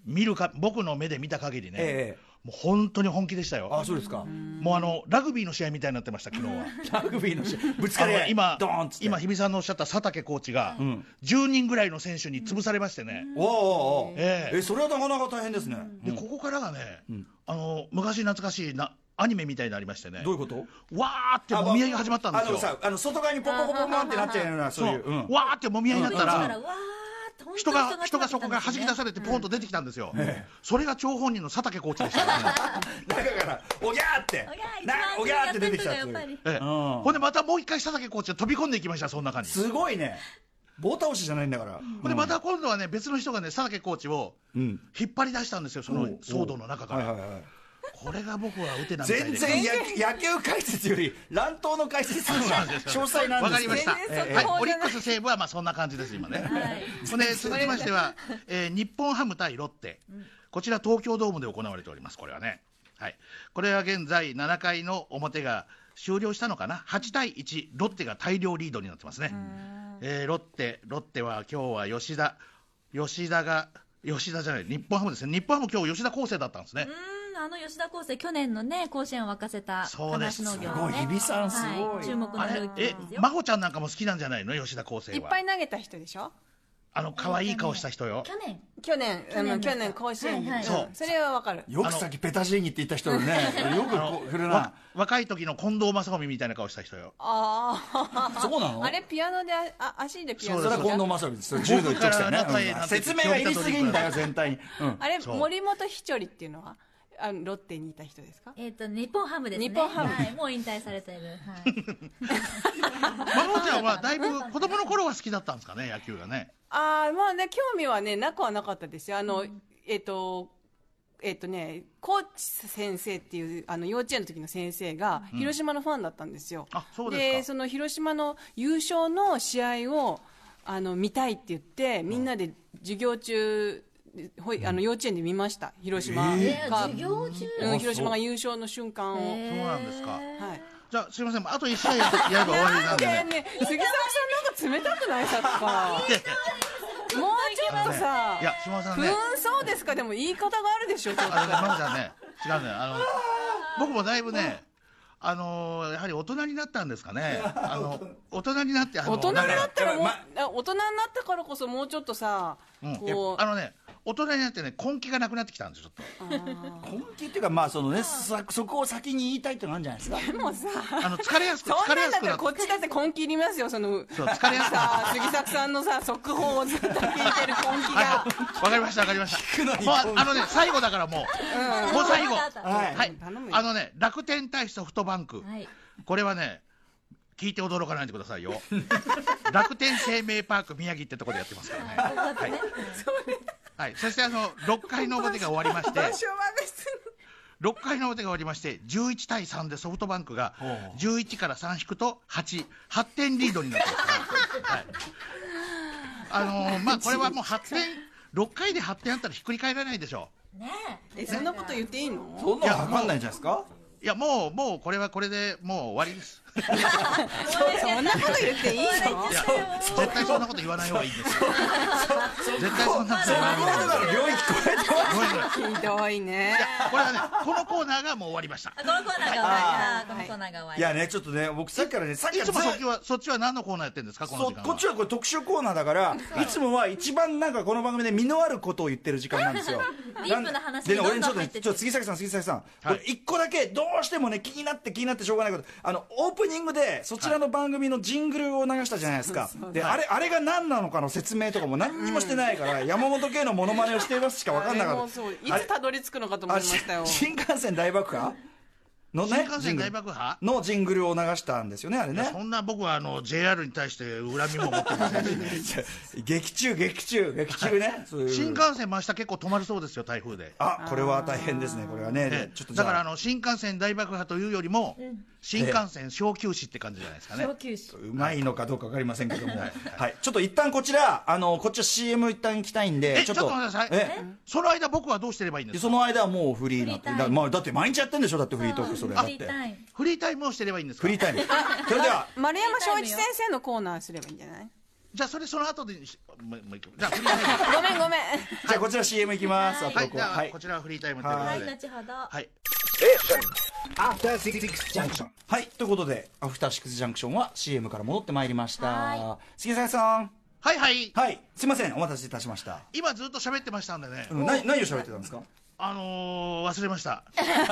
E: 見るか僕の目で見た限りね、
B: ええ
E: もう本当に本気でしたよ
B: あそうですか
E: もうあのラグビーの試合みたいになってました、昨日は。
B: ラグビーの試合ぶつ
E: あ
B: かり合
E: の
B: い
E: 今
B: ドーンっつっ、て
E: 今、日比さんのおっしゃった佐竹コーチが、
B: ん
E: 10人ぐらいの選手に潰されましてね、
B: おうおうおう
E: ええ
B: えそれはなかなか大変ですね
E: でここからがね、あの昔懐かしいなアニメみたいになりましてね
B: どう、いうこと
E: わーってもみ合いが始まったんです
B: あの
E: よ、
B: さあの外側にポコポコポコンってなっちゃうようなそう
E: そ
B: いうううん
E: わーってもみ合いになった、
C: だからら、わーっと本当
E: 人が
C: に
E: 人がそこから弾き出されてポンと出てきたんですよ、それが張本人の佐竹コーチでしたからね
B: 中から、おぎゃーって
C: お、ぎ
B: な
C: ゃー
B: おぎゃーって出てきたって
C: やっぱ
B: い
C: り
B: う。
E: ええ
B: うん
E: ほんでまたもう一回佐竹コーチが飛び込んでいきましたその中に、
B: すごいね。棒倒しじゃないんだから。
E: ほんでまた今度はね別の人がね佐竹コーチを
B: うん
E: 引っ張り出したんですよその騒動の中から、
B: はいはいはい
E: これが僕は打てなみたい
B: 全
E: で
B: 然や野球解説より乱闘の解説の方が詳細なんです
E: わかりました。
D: 全然そこ
E: はい
D: じゃな、い
E: オリックス西武はまあそんな感じです今ね。 ほんで続きましては、えー日本ハム対ロッテ。こちら東京ドームで行われております。これはね。はい。これは現在7回の表が終了したのかな。8対1ロッテが大量リードになってますね。えーロッテロッテは今日は吉田吉田が吉田じゃない日本ハムですね。日本ハム今日吉田康生だったんですね。
C: うんあの吉田康生、去年のね、甲子園を沸かせた、
E: そうです
C: 金足農業
B: すご
C: の
B: い
C: ね、
B: 日比さんすごい
C: はい、注目の
E: あれ
C: ルーキ
E: え
C: ーですよ。
E: 真帆ちゃんなんかも好きなんじゃないの吉田康
D: い
E: 生
D: っ
E: は
D: ぱ。い投げた人でしょ
E: あの可愛い顔した人よ。
C: 去年、
D: 去年
C: 去年
D: あの
C: です
D: 去年甲子園に、
C: はいはい
E: そう
D: それはわかる
B: よくさっきペタシーニって言った人よね。よくこう振るな
E: わ。若い時の近藤正臣みたいな顔した人よ
D: あ
B: そうな
D: あ
B: の
D: あれピアノでああ足でピアノ
B: それは
D: で
B: 近藤正美です。それ柔道一直線ね
E: 僕から仲いいな
B: うん
E: んて
B: 説明がいりすぎんだよ、全体に。うん
D: あれ
E: そう
D: 森本ひちょりっていうのはあのロッテにいた人ですか
C: えっ、と、日本ハムですね。
D: 日本ハム
C: はい、もう引退されてる。 はい、
E: 真帆ちゃんはだいぶ子供の頃は好きだったんですかね野球がね
D: ああまあね興味はねなくはなかったですよあの、えっ、とえっ、とねコーチ先生っていうあの幼稚園の時の先生が広島のファンだったんですよ、
E: あそうですか
D: その広島の優勝の試合をあの見たいって言ってみんなで授業中ほいあの幼稚園で見ました広島が、
C: えー、授業中、
D: うん、広島が優勝の瞬間を、
E: そうなんですか
D: はい
E: じゃあすいませんあと1試合や やれば終わりなんでね
D: ね杉沢さんなんか冷たくないさと か
E: いやい
D: もうちょっとさ
E: やいや島田さ
D: ふ
E: ん
D: ー
E: ね
D: んそうですかでも言い方があるでしょちょっと
E: あのね真帆ちゃんね違うねあの僕もだいぶねあのーやはり大人になったんですかねあの大人になってあの
D: 大人になったらもう、
B: だか
D: あ大人になったからこそもうちょっとさ、
E: うんいや
D: こう
E: あのね大人になってね根気がなくなってきたんですよちょっと
B: 根気っていうか、まあ、そのね、さそこを先に言いたいってのがあるんじゃないですか。
D: でもさ
E: あの疲れやすく
D: そ
E: 疲
D: ん
E: れ
D: な
E: や
D: んだっ
E: す
D: た
E: くな
D: ら
E: って
D: こっちだって根気いりますよその
E: そう疲れやす く
D: さ杉作さんのさ速報をずっと聞いてる根気が
E: あわかりましたわかりました
B: くのに
E: もうああのね最後だからもう、もう最後
C: まだまだ
B: はい
E: はい
D: 頼む、よ
E: あのね楽天対ソフトバンク、
C: はい。
E: これはね聞いて驚かないでくださいよ 楽天生命パーク宮城ってとこでやってますからねはい、はい、そしてあの6回の表が終わりまして
D: 昭和です
E: 6回の表が終わりまして11対3でソフトバンクが11から3引くと88点リードになってます、はい、あのーまあこれはもう8点6回で8点あったらひっくり返らないでしょ
C: ね
D: えそんなこと言っていいの
B: そんなのわかんないんじゃないですか
E: ういやもうもうこれはこれでもう終わりです
D: そんなこと言っていいの
E: いや絶対そんなこと言わない方がいいんですよ絶対そんなこと
B: そう
E: 言 わない方がいい
B: なの領域超えてま
E: ごめんごめん
D: ひどいね
E: これはねこのコーナーがもう終わりました
C: このコーナーが終わりあー。このコーナーが終わ
B: す。い
C: り。
B: やね、ちょっとね、僕さっきからね、さっき
E: い
B: から
E: つ
B: ずっ
E: もそっちはそっちは何のコーナーやってるんですかこの
B: そ
E: 時間は
B: こっちはこれ特集コーナーだから、いつもは一番なんかこの番組で身のあることを言ってる時間なんですよ。
C: ディープな話に
B: でね、俺ねちょっと
C: どんどん入
B: ね、
C: っ
B: ち
C: て
B: ょって
C: っ
B: と杉崎さん、杉崎さん、
E: はい
B: 俺一個だけどうしてもね、気になって気になってしょうがないこと、あの、オープニングでそちらの番組のジングルを流したじゃないですか。で、あれ、あれが何なのかの説明とかも何にもしてないから、山本圭のモノマネをしていますしかわかんな
D: あれ
B: か
D: も
B: っ
D: そうい
B: た。あれ
D: つたどり着くのかと思い
B: あ
D: ましたよ
B: 新幹線大爆破のね
E: 新幹
B: ジン
E: 線
B: グル
E: 大爆破
B: のジングルを流したんですよねあれね
E: そんな僕はあの JR に対して恨みも持ってま せんし
B: 劇中劇中劇中ねそういう
E: 新幹線真下結構止まるそうですよ台風で
B: あこれは大変ですねこれはね
E: え
B: ちょっと
E: え
B: じゃ
E: だ
B: あ
E: からあの新幹線大爆破というよりも新幹線小休止って感じじゃないですかね
C: 上級士。
B: うまいのかどうかわかりませんけども、はい、ちょっと一旦こちら、あの、こっちは CM 一旦行きたいんで、
E: えちょっと待ってください
B: え
E: その間僕はどうしてればいいんで
B: です
E: か
B: その間はもうフリーなって
C: フリータイ
B: だ,、
C: ム
B: まあ、だって毎日やってんでしょだってフリートークそれだっ
C: フリ
B: て
C: ータイム。
E: フリータイムをしてればいいんですか
B: フリー タイムそれでは
D: 丸山翔一先生のコーナーすればいいんじゃない
E: じゃあそれその後でしもうもう一個じゃあフリータイム
D: ごめんごめん
B: じゃあこちら CM 行きます、
E: は
B: あ
E: い
B: とこ
E: じ
B: う
E: ゃ
B: は
E: あ
B: い
E: こちらはフリータイムというこ
C: は
E: と
C: い、
E: で
C: 後ほど。
E: はい
A: After Six Junction.
B: はいということでアフターシックスジャンクションは CM から戻ってまいりまし
C: は
B: た杉崎さん
E: はいはい
B: はいすいませんお待たせいたしました、
E: 今ずっと喋ってましたんでね
B: うん、何何を喋ってたんですか
E: あのー忘れました
C: 早い。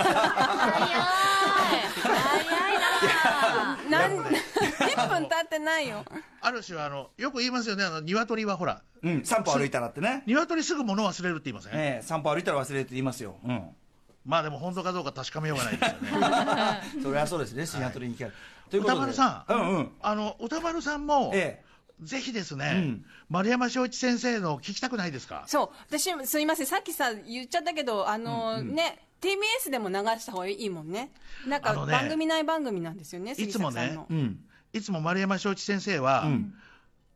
C: 早いな。
D: なんリプ10分経ってないよ。
E: ある種はあの、よく言いますよね、あの、鶏はほら、
B: うん、散歩歩いたらってね、
E: 鶏すぐ物忘れるって言いません、
B: ええ散歩歩いたら忘れて言いますよ、 うん、
E: まあでも本当かどうか確かめようがないですよね。
B: それはそうですね、シアトルに行きゃ、ということ
E: 歌
B: で
E: 丸さん、
B: うんうん、
E: あの歌丸さんも、
B: え
E: ぜひですね、
B: ん
E: 丸山翔一先生の聞きたくないですか
D: そう、私、すみません、さっきさ、言っちゃったけど、あのね、TBS でも流した方がいいもんね。なん
E: あ
D: か、
E: のね
D: 番組内番組なんですよね、
E: いつもね
D: 杉咲さんの
B: え、うん、
E: いつも丸山翔一先生は、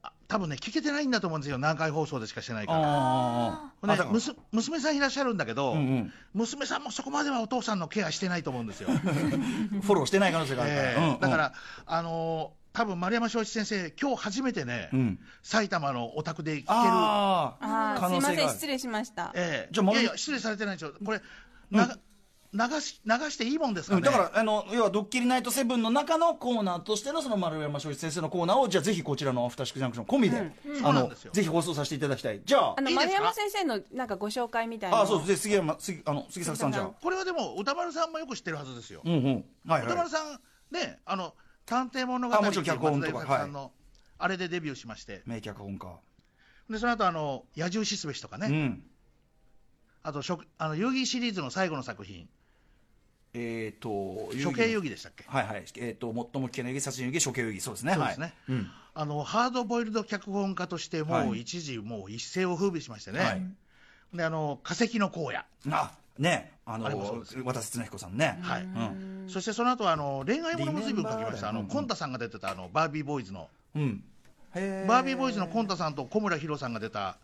E: あ多分ね、聞けてないんだと思うんですよ、何回放送でしかしてないから。
B: あー
E: ね
B: あだから
E: むす娘さんいらっしゃるんだけど、
B: んうん
E: 娘さんもそこまではお父さんのケアしてないと思うんで すよ。
B: フォローしてない可能性があるから、
E: え
B: うん
E: ー
B: うん
E: だから、あのー多分丸山翔一先生、今日初めてね、
B: うん
E: 埼玉のお宅で聞ける。
B: ああ
D: あ
B: 可
D: ーす
B: 能
D: みま
B: 性
D: せん、
B: がある
D: 失礼しました。
E: ええ
B: じゃあ丸
E: いやいや、失礼されてないでしょ、これ、な流し流していいもんですか
B: う
E: ね、
B: ん、だからあの要は「ドッキリナイトセブンの中のコーナーとしてのその丸山翔一先生のコーナーをじゃあぜひこちらの「アフターシックスジャンクション」込みで、
E: うん
B: あ
E: そうなん
B: の
E: ですよ
B: ぜひ放送させていただきたいじゃあ
D: あの、
E: いいです
D: 丸
E: か
D: 山先生の、なんかご紹介みたいな。
B: あそうですで杉山杉あの杉作さんじゃん
E: これはでも、歌丸さんもよく知ってるはずですよ、
B: うんうんはい
E: 歌
B: は
E: 丸
B: い
E: さん、ね、あの探偵物語
B: あもちろん脚本とか
E: 松田優作さんの、あれでデビューしまして、
B: 名脚本家
E: でその後あの野獣しすべしとかね、
B: うん
E: あと食あの遊戯シリーズの最後の作品、
B: えっ、ー、と
E: 処刑
B: 戯
E: 遊戯でしたっけ、
B: はいはいえっ、ー、と最も危険な遊戯殺人遊戯処刑遊戯そうですね
E: そうですね、
B: はいうん
E: あのハードボイルド脚本家として、も
B: は
E: う
B: い
E: 一時、もう一世を風靡しましてね、
B: はい
E: であの化石の荒野、
B: あねあの
E: あれもそうですよ
B: 渡瀬恒彦さんね
E: はい
B: うん、
E: そしてその後はあの恋愛ものも随分書きました、あ
B: リメンバーだよ
E: の
B: うん
E: コンタさんが出てたあのバービーボーイズの、
B: うん、へ
E: バービーボーイズのコンタさんと小村弘さんが出た、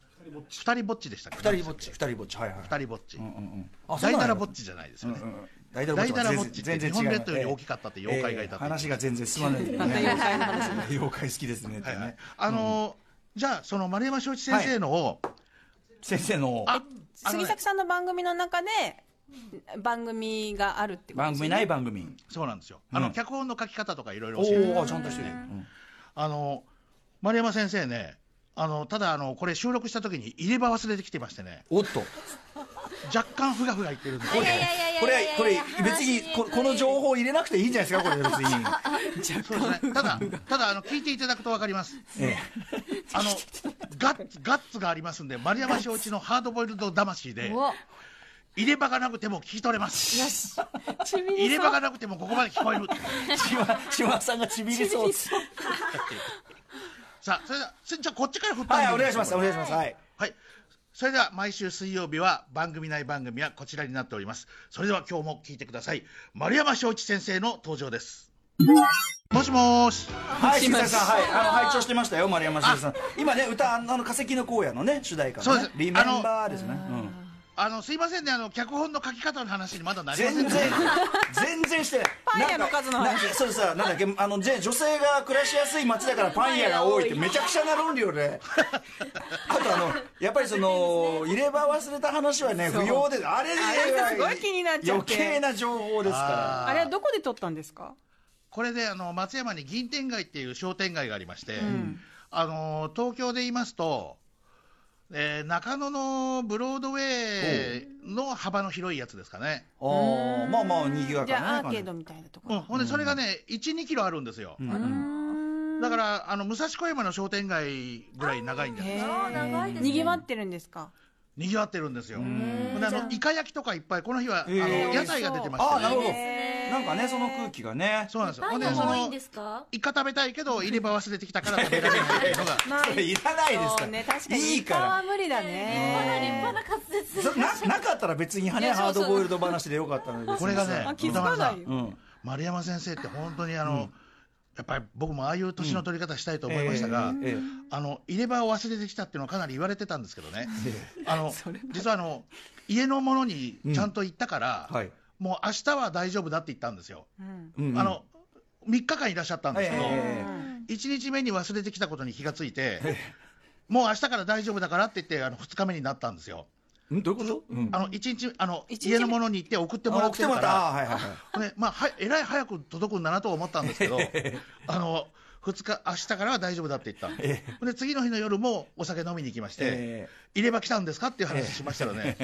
E: 二人ぼっちでしたっけ、
B: 二人ぼっち二人ぼっちはいはい
E: 二人ぼっち
B: うん、うんうんあそう
E: 大
B: なん
E: だ
B: や
E: らぼっちじゃないですよね。
B: 大
E: 大だらぼっち
B: 全然
E: 日本
B: 違う
E: 列島より大きかったって妖怪がいたって
B: 話が全然進まないですね 妖怪の話が妖怪好きですねって
E: はいはい
B: ね
E: あのーじゃあ、その丸山翔一先生のを、
B: 先生の
E: ああのね
D: 杉咲さんの番組の中で、番組があるってこと
B: 番
D: です
B: 組
D: よね
B: ない番組
E: そうなんですよ、
B: うん
E: あの脚本の書き方とかいろいろ
B: お
E: 教えて
B: おーちゃんとしてる
E: あの丸山先生ね、あのただあの、これ、収録した時に入れ歯忘れてきてましてね、
B: おっと
E: 若干ふがふがいってるんですよ
C: いやいやいやいや
B: これこれ別に
C: 話
B: ここの情報入れなくていいんじゃないですかこれ別に
E: そうですね、ただ、ただあの聞いていただくと分かり ます、
B: え
E: あのガッツガッツがありますんで、丸山翔一のハードボイルド魂で、
C: お
E: 入れ歯がなくても聞き取れます、
D: ちび
E: 入
D: り
E: れ
D: そう
E: 歯がなくてもここまで聞こえる、
B: え島島さんがちびりそうです
E: さあ、それでは、それじゃあ、こっちから振って
B: はいお願いしますお願いしますはい
E: はい。それでは毎週水曜日は番組内番組はこちらになっております。それでは今日も聞いてください。丸山翔一先生の登場です。もしもーし。
B: はい、新さん、はい、あの拝聴してましたよ、丸山新さん。今ね、歌、あの化石の荒野のね、主題歌
E: そ
B: の
E: うで
B: ね
E: す、
B: リメンバーですね。うん
E: あの、すいませんね、あの、脚本の書き方の話にまだなりませ
B: 全
E: ん
B: 然、全然してない。
D: パン屋の数の話
B: なんかなんかそうさ、なんだっけ、あの、じゃあ女性が暮らしやすい街だからパン屋が多いって、めちゃくちゃな論理を ね。あとあの、やっぱりその、入れ歯忘れた話はね、不要で、あれ
D: あれすごい気になっちゃって
B: 余計な情報ですか
D: あれはどこで撮ったんですか
E: これで、あの、松山に銀天街っていう商店街がありまして、あの、東京で言いますと、えー中野のブロードウェイの幅の広いやつですかね。
B: ら。ああ、まあまあ、賑やか
D: じゃあ、ア
B: な
D: ー
B: 感
D: ケー
B: じ。
D: ドみたいなとこ
E: うん、ほんで、それがね、1、2キロあるんですよ。だから、あの、武蔵小山の商店街ぐらい長いんじゃないですか。
C: あー長いですね
D: にぎわってるんですか
E: 賑わってるんですよ。ほんで、あの、イカ焼きとかいっぱい、この日は、あの、
B: へー
E: 屋台が出てまし
B: あ
E: た
B: あ、なるほど。
D: へ
B: なんかね、その空気がね。
E: そうなんですよ。
C: パ
E: ほ
C: ン
E: んで、
C: 屋
E: そ
C: も多いん
E: の
C: で、すか
E: イカ食べたいけど、入れ歯忘れてきたから食べられないっていうのが、
D: まあ
B: それいらないですから
D: そうね確かに
B: いいから
D: イカは無理だ
C: かなり立
D: ね
C: 派な滑舌
B: そななかったら別にね
D: いや
B: ハー
D: そうそう
B: ドボイルド話でよかったので
E: これがね
D: あ気づかないよ
B: うんうん
E: 丸山先生って本当にあの、やっぱり僕もああいう年の取り方したいと思いましたが、
B: ええええ
E: あの入れ歯を忘れてきたっていうのはかなり言われてたんですけどね、あの実はあの家のものにちゃんと行ったから、
B: うんはい
E: もう明日は大丈夫だって言ったんですよ、
B: うんうん
E: あの3日間いらっしゃったんですけど、
B: ええ
E: 1日目に忘れてきたことに気がついて、もう明日から大丈夫だからって言って、あの2日目になったんですよ。
B: んどういうことうん
E: あの1日あの
D: 一日目
E: 家のものに行って送ってもら
B: あ
E: っ
B: 送ってて
E: る
B: も
E: から
B: ったあーはいはいはい
E: ねまあ、はえらい早く届くんだなとは思ったんで すけど、あの2日、明日からは大丈夫だって言ったんで、で次の日の夜もお酒飲みに行きまして、
B: え
E: 入れ歯来たんですかっていう話しましたらね、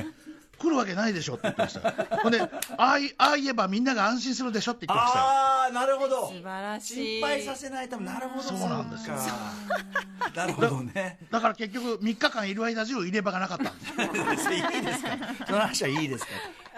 E: 来るわけないでしょって言ってました。ほんで、ああいああ言えばみんなが安心するでしょって言ってましたよ。
B: ああなるほど
D: 素晴らしい
B: 心配させないためなるほど
E: そうなんですよ
B: か なるほどね
E: だから結局、3日間いる間中入れ歯がなかったんです。
B: それいいですかその話はいいですか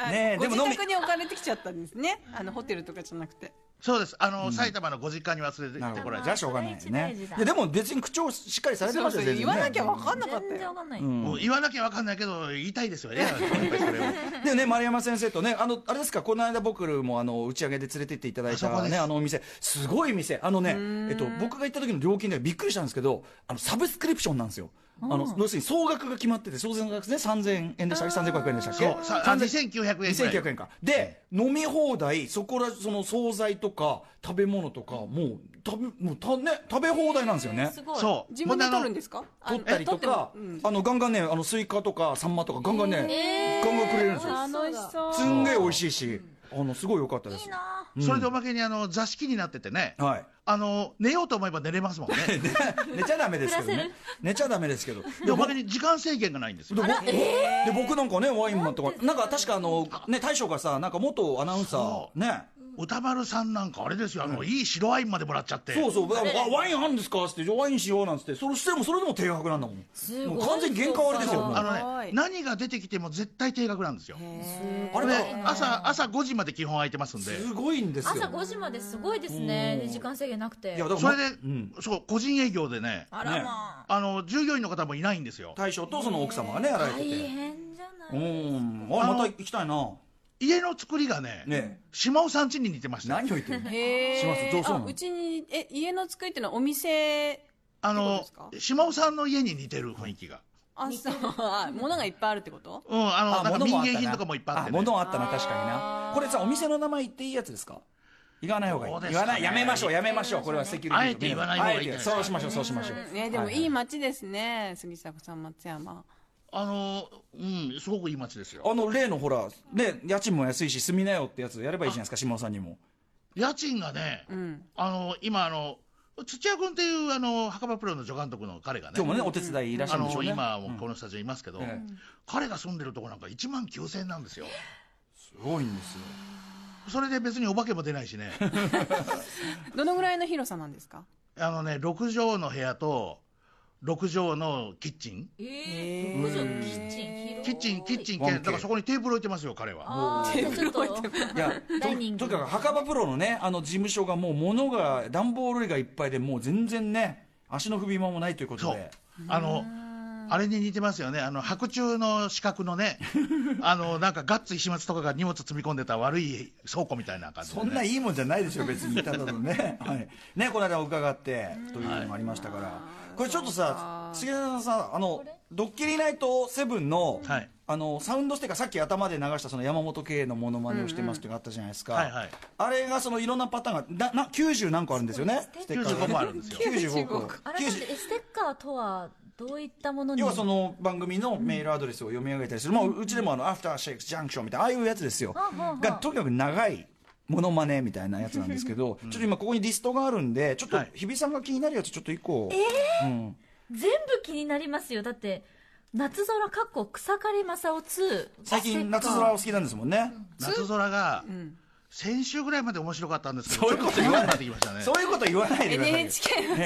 D: あ
B: ねえ
D: ご
B: でも
D: 自
B: 飲み
D: 宅にお金ってきちゃったんですね。あのホテルとかじゃなくて。
E: そうです。あの、埼玉のご実家に忘れ
B: なる
E: て
B: ほど
E: こられ
B: じゃ
E: た
B: あしょうがない
C: それは
B: ね
C: 一大事だ
B: いやでも別に口調しっかりされて
D: そう
B: ます
D: そ
B: よ
D: う
B: 全
D: 言わなきゃ
B: 然ね
D: 分かんなかった
C: 全然わ
D: よ。
C: かんない、
E: もう言わなきゃわかんないけど、言いたいですよね。やっぱりそれ を
B: でね丸山先生とねあのあれですかこの間僕もあの打ち上げで連れてっていただい
E: あそ
B: た
E: こで
B: ね
E: す
B: あのお店すごい店あのねえっと僕が行った時の料金でびっくりしたんですけどあのサブスクリプションなんですよあの要するに総額が決まってて総額ね3000円でしたっけ3500円でしたっけ
E: そうさあ
B: 3000
E: 2900円ぐらい
B: 2900円かで、飲み放題そこらその惣菜とか食べ物とかもう食べもうた、ね、食べ放題なんですよね、
D: すごい。
E: そう
D: 自分で取るんですか？あの
B: 取ったりとか、
D: え取っても
B: あのガンガンねあのスイカとかサンマとかガンガンね、ガンガンくれるんですよ
D: うん楽しそう。
B: すんげえ美味しいしあのすごい良かったです
E: それでおまけにあの座敷になっててね、
B: はい
E: あの寝ようと思えば寝れますもんね。
B: 寝ちゃダメですけどね寝ちゃダメですけど
E: でおまけに時間制限がないんですよ。
B: でぼで僕なんかねワインマンとかなんか確かあのね大将がさなんか元アナウンサ
E: そ
B: ーね
E: 歌丸さんなんかあれですよ、あのいい白ワインまでもらっちゃって。
B: そうそう、あワインあるんですかって言って、ワインしようなんつって、それしても、それでも定額なんだもん。
C: すごい
B: もう完全に原価割れですよ、もう
E: あ
B: あ
D: すご
E: のね
D: い、
E: 何が出てきても絶対定額なんですよ。
B: れ
E: これね
B: ね、
E: 朝、朝5時まで基本空いてますんで。
B: すごいんですよ。
C: 朝5時まですごいですね時間制限なくて
B: いや、だか
E: そ
B: ら、
E: れで、
B: うん
E: そう、個人営業でね、
C: あら
B: ね
C: まあ
E: あの、従業員の方もいないんですよ。
B: 大将とその奥様がね、やられて
C: 大
B: て。
C: 変じゃな
B: う
C: い
B: ん、あ、また行きたいな。
E: 家の作りがね、
B: ね
E: 島尾さん家に似てましたよ。
B: 何を言ってんの。
D: へえ。
B: しますどうそうなの
D: あうちにえ家の作りっていうのはお店。
E: あ
D: どう
E: の
D: ですか、
E: 島尾さんの家に似てる雰囲気が。
D: あそう。 あ物がいっぱいあるってこと？
E: うん、あの、なんか
B: 物もあ
E: 民
B: った
E: 芸
B: な
E: 品とかもいっぱいあって、
B: あ
E: ね。
B: 物あったな、確かにな。これさ、お店の名前言っていいやつですか。言わない方がいい。
E: どうです
B: 言
E: か
B: わな
E: ね
B: い、やめましょう、やめましょう、これはセキュリティ
E: あえて言わない方がいい
B: あえて
E: じゃないですか
B: そうしましょう、そうしましょう。
D: ねでも
B: はい
D: い街ですね。杉迫さん松山。
E: あの、うん、すごくいい街ですよ。
B: あの例のほら、ね、家賃も安いし、住みなよってやつやればいいじゃないですか、島尾さんにも。
E: 家賃がね、
D: うん。
E: あの、今、あの、土屋君っていう、あの、墓場プロの助監督の彼がね。
B: 今日もね、お手伝いいらっしゃ
E: あ
B: るんでしょ
E: の
B: うね。
E: 今もこのスタジオいますけど、
B: ええ
E: 彼が住んでるとこなんか1万9000円なんですよ、
B: すごいんですよ。
E: それで別にお化けも出ないし ね、
D: どのぐらいの広さなんですか？
E: あのね6畳の部屋と6畳のキッチン、
C: え
D: うん
C: ー、じゃあキッチン広い
E: キッチン、キッチン、
B: 1K
E: だからそこにテーブル置いてますよ、彼は。
C: あーじゃあちょっと
B: いや、と
C: ダイニング
B: とにかく墓場プロのね、あの事務所がもう物が、段ボール類がいっぱいで、もう全然ね、足の踏み間もないということ
E: そ
B: で
E: う。あのあれに似てますよね、あの白昼の四角 のね、あのなんかガッツ石松とかが荷物積み込んでた悪い倉庫みたいな感じで、
B: そ
E: ね、
B: んないいもんじゃないでしょ、別に、ただのね、はい、ね、この間伺って、というのもありましたから。これちょっとさ、杉田さんさ、あの、ドッキリナイトセブンの、
E: はい
B: あの、サウンドステッカー、さっき頭で流した、その山本経営のモノマネをしてますとかあったじゃないですか。
E: はいはい
B: あれが、そのいろんなパターンが、な、な、九十何個あるんですよね。ステッカーが
E: 95もあるんですよ
B: 95個。
C: 改めてえステッカーとはどういったものに
B: 要はその番組のメールアドレスを読み上げたりする、まあ、うちでもあのアフターシェイクスジャンクションみたいなああいうやつですよ、
C: あはあ
B: がとにかく長いモノマネみたいなやつなんですけど、ちょっと今ここにリストがあるんでちょっと
E: はい
B: 日比さんが気になるやつちょっと一個、うん、
C: 全部気になりますよだって夏空かっこ草刈り正雄2
B: 最
C: ステ
B: 近
C: ッカ
B: 夏
C: ー
B: 空お好きなんですもんね、
E: 夏空が、
D: ん
E: 先週ぐらいまで面白かったんですけど、
B: そういうこと
E: ちょっ嫌になってきましたね。
B: そういうこと言わないでくださいよ
D: NHK
E: いや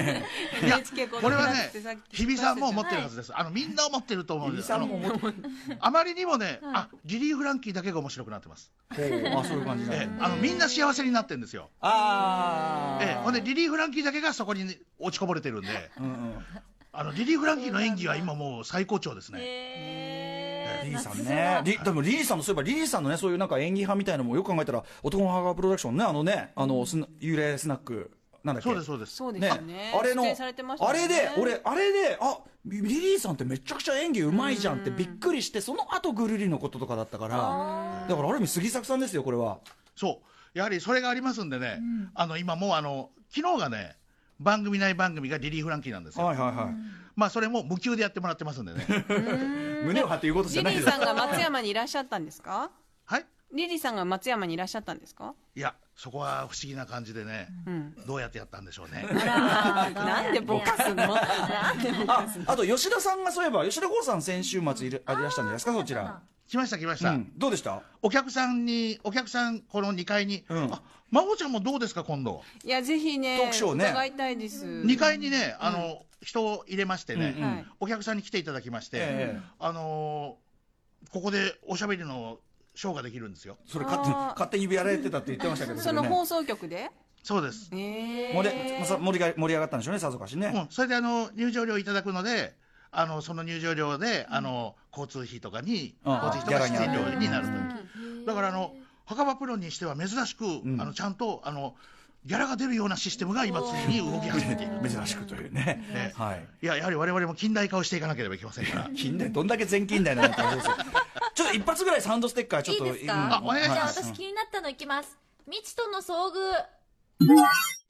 D: NHK
E: これ
D: こ
E: はね
D: んなのだってさっ、き
E: 日比さんも思ってるはずです。あの、みんな思ってると思うん
B: 日
E: で
B: 比
E: す。
B: さ
E: あ
B: ん
E: の
B: も思って
E: あまりにもね、あ、リリー・フランキーだけが面白くなってます。
B: こうあそういう感じなんだ
E: ええ、あの、みんな幸せになってるんですよ。
B: あー
E: ええ、ほんで、リリー・フランキーだけがそこに落ちこぼれてるんで、
B: うんうん
E: あの、リリー・フランキーの演技は今もう最高潮ですね。
C: えー
B: リリーさん
C: 夏空
B: ね、リでもリリーさんもそういえばリリーさんのねそういうなんか演技派みたいなのもよく考えたら男のハガープロダクションねあのねあのスナ幽霊スナックなんだっけ
E: そうです、そうです。
D: そうです
B: ね
D: よね。
B: あれの、
D: 出演されてました
B: あ
D: もんね
B: れで、俺、あれで、あリリーさんってめちゃくちゃ演技うまいじゃんってびっくりして、その後ぐるりのこととかだったから、だからある意味、杉作さんですよ、これは。
E: そう。やはりそれがありますんでね、あの、今もうあの、昨日がね、番組内番組がリリー・フランキーなんですよ。
B: はいはいは
E: まあ、それも無給でやってもらってますんで ね。
B: い。胸を張って言うことじ
D: リ
B: ゃ
D: リ
B: ないで
D: ー
B: す
D: さんが松山にいらっしゃったんですか？
E: はい
D: リリーさんが松山にいらっしゃったんですか？
E: いや、そこは不思議な感じでね、どうやってやったんでしょうね。
D: なんでぼかすの？ なんでぼか
B: あ、あと吉田さんがそういえば、吉田剛さん先週末いらいらっしゃったんじゃないですか、そちら。
E: 来ました来まし
B: う
E: た、
B: ん、どうでした
E: お客さんにお客さんこの2階に、
B: うん
E: あ真帆ちゃんもどうですか今度、
D: いや、ぜひね、
B: トークショーね
D: 伺いたいです。
E: 2階にねあの、人を入れましてね、
B: うんうん
D: はい
E: お客さんに来ていただきまして、
B: ええ
E: あのーここでおしゃべりのショーができるんですよ
B: それ勝手に
D: あー
B: 勝手に指やられてたって言ってましたけど、ね、
D: その放送局で
E: そうです、
D: え
B: 盛りまあさ盛りが盛り上がったんでしょうねさぞかしね、
E: うん、それであの入場料いただくのであのその入場料で、あの交通費とかに
B: あ
E: 交通費とか
B: ギャ
E: 出
B: ラに
E: 演料になる
B: う
E: とだからあの墓場プロにしては珍しく、
B: ん
E: あのちゃんとあのギャラが出るようなシステムが今ついに動き始めている
B: 珍しくというね
E: ね
B: はい
E: いややはり我々も近代化をしていかなければいけませんから
B: 近代どんだけ全近代なのかどうぞちょっと一発ぐらいサウンドステッカーちょっと
F: いいですか
B: うん
E: あお願いし
F: じゃあ
E: ます
F: 私気になったのいきます未知との遭遇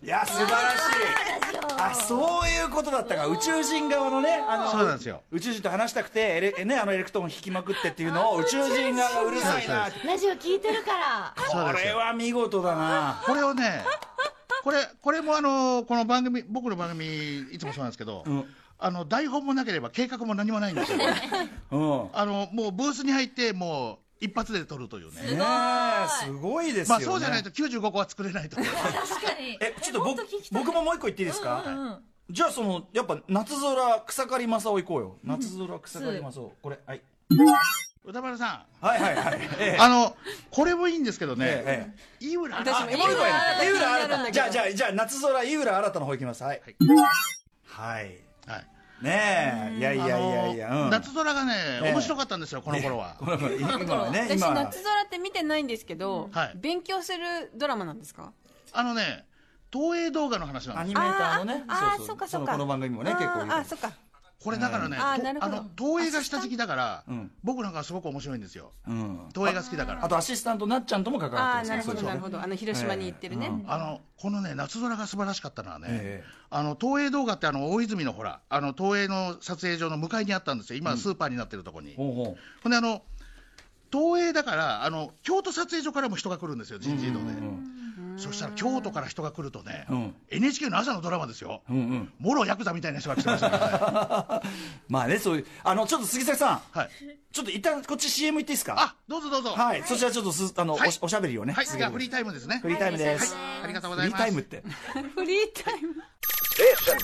B: いや素晴らしいあそういうことだったか宇宙人側のねあの
E: そうなんですよ
B: 宇宙人と話したくてエレ,、ね、あのエレクトーン引きまくってっていうのを宇宙人側がうるさいな
E: そう
F: ラジオ聞いてるから
E: そう
B: こ
E: です
B: れ
E: よ
B: は見事だな
E: これをねこれこれもあのこの番組僕の番組いつもそうなんですけど、
B: ん
E: あの台本もなければ計画も何もないんですよ
B: うん
E: あのもうブースに入ってもう一発で撮るというね
B: ねえすごいですよ、
E: まあ
B: ね、
E: そうじゃないと95個は作れな いと思います
F: 確かに
B: えちょっと僕僕ももう一個言っていいですか、
F: うんうん
B: じゃあそのやっぱ夏空草刈正雄行こうよ夏空草刈正雄これはい
E: 歌丸さ
B: はいはいはいえ
E: んあのこれもいいんですけど
B: え
E: ね、
B: ええ
E: 井浦
D: 私も
E: あ
D: 井
B: もう一個
D: 浦
B: やる井浦
D: 新
B: 新
D: た
B: じゃあじゃあじゃあ夏空井浦新たの方行きますはい
E: はい
B: はい
E: はい
B: ねえいやいやいやい
E: あ
B: やう
E: の
B: ん
E: 夏空がね、
B: ええ
E: 面白かったんですよこの頃は
B: この今はね
D: 私、
B: 今は
D: 夏空って見てないんですけど、
E: はい
D: 勉強するドラマなんですか
E: あのね東映動画の話なん
B: ア
E: で
B: ニ
E: すよ
B: メーターのね
D: あーあー
B: う
D: そうっかそっ
B: の
D: か
B: この番組もね結構
D: あーあーそっか
E: これだからね、
D: うんあー
E: と
D: なるほど
E: の東映が下敷きだから、
B: うん
E: 僕なんかはすごく面白いんですよ
B: うん
E: 東映が好きだから
B: あとアシスタントなっちゃんとも関わ
D: あ
B: っ
D: あ
B: て
D: な
B: ま
D: る
B: す
D: ほ
B: ねそう
D: どな
B: そう
D: るほどあの広島に行ってるね、
E: あのこのね夏空が素晴らしかったのはね、
B: ええ
E: あの東映動画ってあの大泉のほらあの東映の撮影所の向かいにあったんですよ今スーパーになってるとこに、
B: ほうほ
E: ほんであの東映だからあの京都撮影所からも人が来るんですよ人事異動で、そしたら京都から人が来るとね、
B: うん
E: NHK の朝のドラマですよ、
B: ううんうん
E: もろヤクザみたいな人が来てましたからね
B: まあねそういうあのちょっと杉崎さん
E: はい
B: ちょっと一旦こっち CM 行っていいですか
E: あどうぞどうぞ
B: はい、そちらちょっとすあの、
E: はい
B: おしおしゃべりをね、
E: はい
B: 続
E: じ
B: けて
E: ゃあ
B: く
E: フ
B: だ
E: リータイムですね
B: フリータイムです。
E: ありがとうご
B: フ
E: ざい
B: リー
E: ます
B: タイムって
D: フリータイム
A: Station.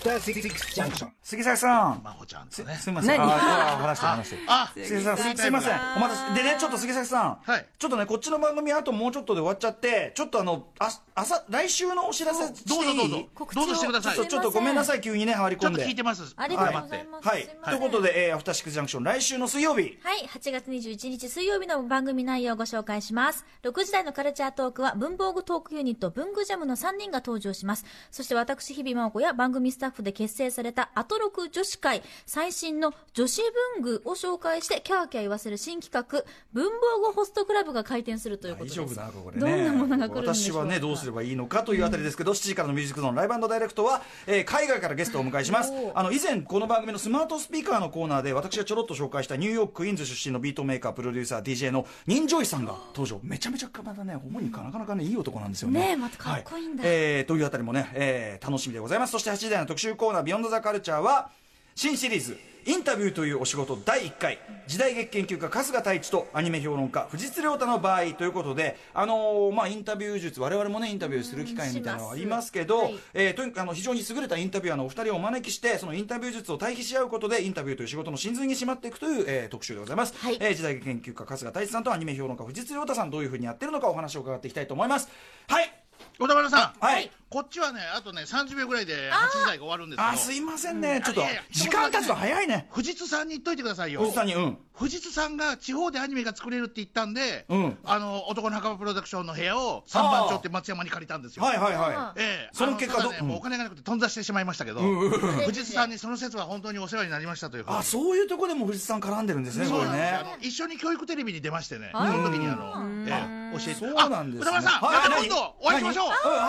A: After City Junction.
B: 杉崎さん、
E: 真帆ちゃん
B: す
E: とね
B: すみませんあ
D: 何
B: あ話して話して
E: あ
B: 杉崎さんすすいませんお待たせでねちょっと杉崎さん、
E: はい
B: ちょっとねこっちの番組あともうちょっとで終わっちゃってちょっとあのあ朝来週のお知らせしていい
E: どうぞどうぞ
F: 告知
E: ど
F: を
E: うぞしてください
B: ちょっと
E: ち
B: ちょっとごめんなさい急にね入り
E: ょ
B: 込
E: っ
B: ん
E: と
B: で
E: 聞いてます
F: ありがとうございます、
B: はい
F: すま
B: と
F: せん
B: いうことで、えー、アフターシックスジャンクション来週の水曜日
F: はい、8月21日水曜日の番組内容をご紹介します。6時台のカルチャートークは文房具トークユニット文具ジャムの3人が登場します。そして私、日々真央子や番組スタッフで結成されたアトロク女子会最新の女子文具を紹介してキャーキャー言わせる新企画文房具ホストクラブが開店するということ
B: 大
F: です。
B: 丈夫だなこれね
F: どんなものが来るんでし
B: 私
F: ょうか
B: はねどうすればいいのかというあたりですけど、7時からのミュージックゾーンライブダイレクトは、えー海外からゲストをお迎えします
F: おー
B: あの以前この番組のスマートスピーカーのコーナーで私がちょろっと紹介したニューヨーククイーンズ出身のビートメーカープロデューサー DJ の忍ジョイさんが登場めちゃめちゃまだね本人かなかなかねいい男なんですよね
F: ねえまたかっこいいんだ
B: はえーというあたりもね、えー楽しみでございますそして8時台の特集コーナー「ビヨンドザカルチャーは新シリーズ「インタビューというお仕事」第1回時代劇研究家春日太一とアニメ評論家藤津亮太の場合ということで、あのーまあ、インタビュー術我々もねインタビューする機会みたいなのはありますけど、
F: うんします
B: えーとにかくあの非常に優れたインタビュアーのお二人をお招きしてそのインタビュー術を対比し合うことでインタビューという仕事の真髄にしまっていくという、えー特集でございます、
F: はい
B: えー時代劇研究家春日太一さんとアニメ評論家藤津亮太さんどういうふうにやってるのかお話を伺っていきたいと思いますはい
E: 小田原さん、
B: はい
E: こっちはねあとね30秒ぐらいで8時台が終わるんです
B: あー
E: け
B: す
E: ど
B: いませんね、ちょっと
E: あいやいや
B: 時間経つの早いね
E: 藤津さんに言っといてくださいよ
B: 藤さんにうん
E: 藤津さんが地方でアニメが作れるって言ったんで、
B: うん
E: あの男の墓場プロダクションの部屋を三番町って松山に借りたんですよ。
B: はいはいは
E: ええ
B: その結果
E: あ
B: ど
E: ただ
B: うん
E: ね、もうお金がなくて頓挫してしまいましたけど、藤津さんにその説は本当にお世話になりましたという
B: いあそういうとこでも藤さん絡んでるんですね
E: そ
B: こ
E: う
B: れ
E: なんですよあ
B: ね
E: の一緒に教育テレビに出ましてね、その時にあの、ええ教えて、
B: そうなんですね
E: あ歌丸さん、また今度お会いしましょう。
B: 何うんはい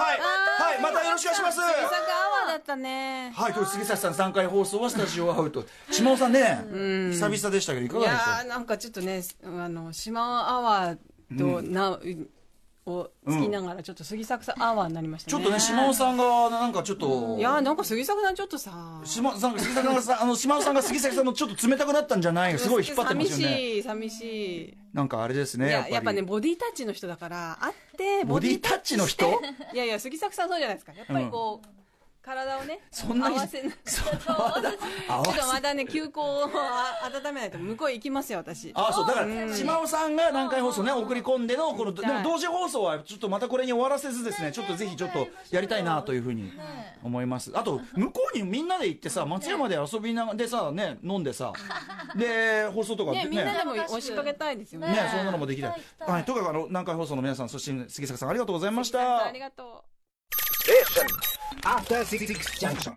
B: はいまたよろしくお願いします
D: 杉坂アワーだったね
B: はい、という杉崎さん3回放送はスタジオアウト。島尾さんね、久々でしたけど、いか
D: い
B: がでし
D: やーなんかちょっとねあの島アワーとな、こうつきながらちょっと杉作さんアワーになりましたね
B: ちょっとね、島尾さんが、なんかちょっと
D: い、やーなんか杉作さんちょっとさ
B: 島なんか杉崎さん、あの島尾さんが杉崎さんのちょっと冷たくなったんじゃないすごい引っ張ってますよ
D: 寂
B: ね。
D: しい寂しい
B: なんかあれです
D: い
B: ね、やっぱ
D: や
B: り。
D: やっぱねボディタッチの人だからあって
B: ボディタッチの人
D: いやいや杉作さんそうじゃないですかやっぱりこう、体をね
B: そんな
D: 合
B: に
D: わせな ち
B: 合
D: ょ
B: わ
D: っ
B: せ
D: とまだね休校をあ温めないと向こう行きますよ私
B: あそうだから島尾さんが南海放送ね送り込んでのこのでも同時放送はちょっとまたこれに終わらせずですねちょっとぜひちょっとやりたいなというふうに思いますあと向こうにみんなで行ってさ松山で遊びながらでさね飲んでさで放送とか
D: ねみんな
B: ね
D: でも押しかけたいですよね
B: ねそんなのもできない
F: 行きたい行きたい
B: はいとかあの南海放送の皆さんそして杉坂さんありがとうございました
D: ありがとう
A: Station. After Six Junction.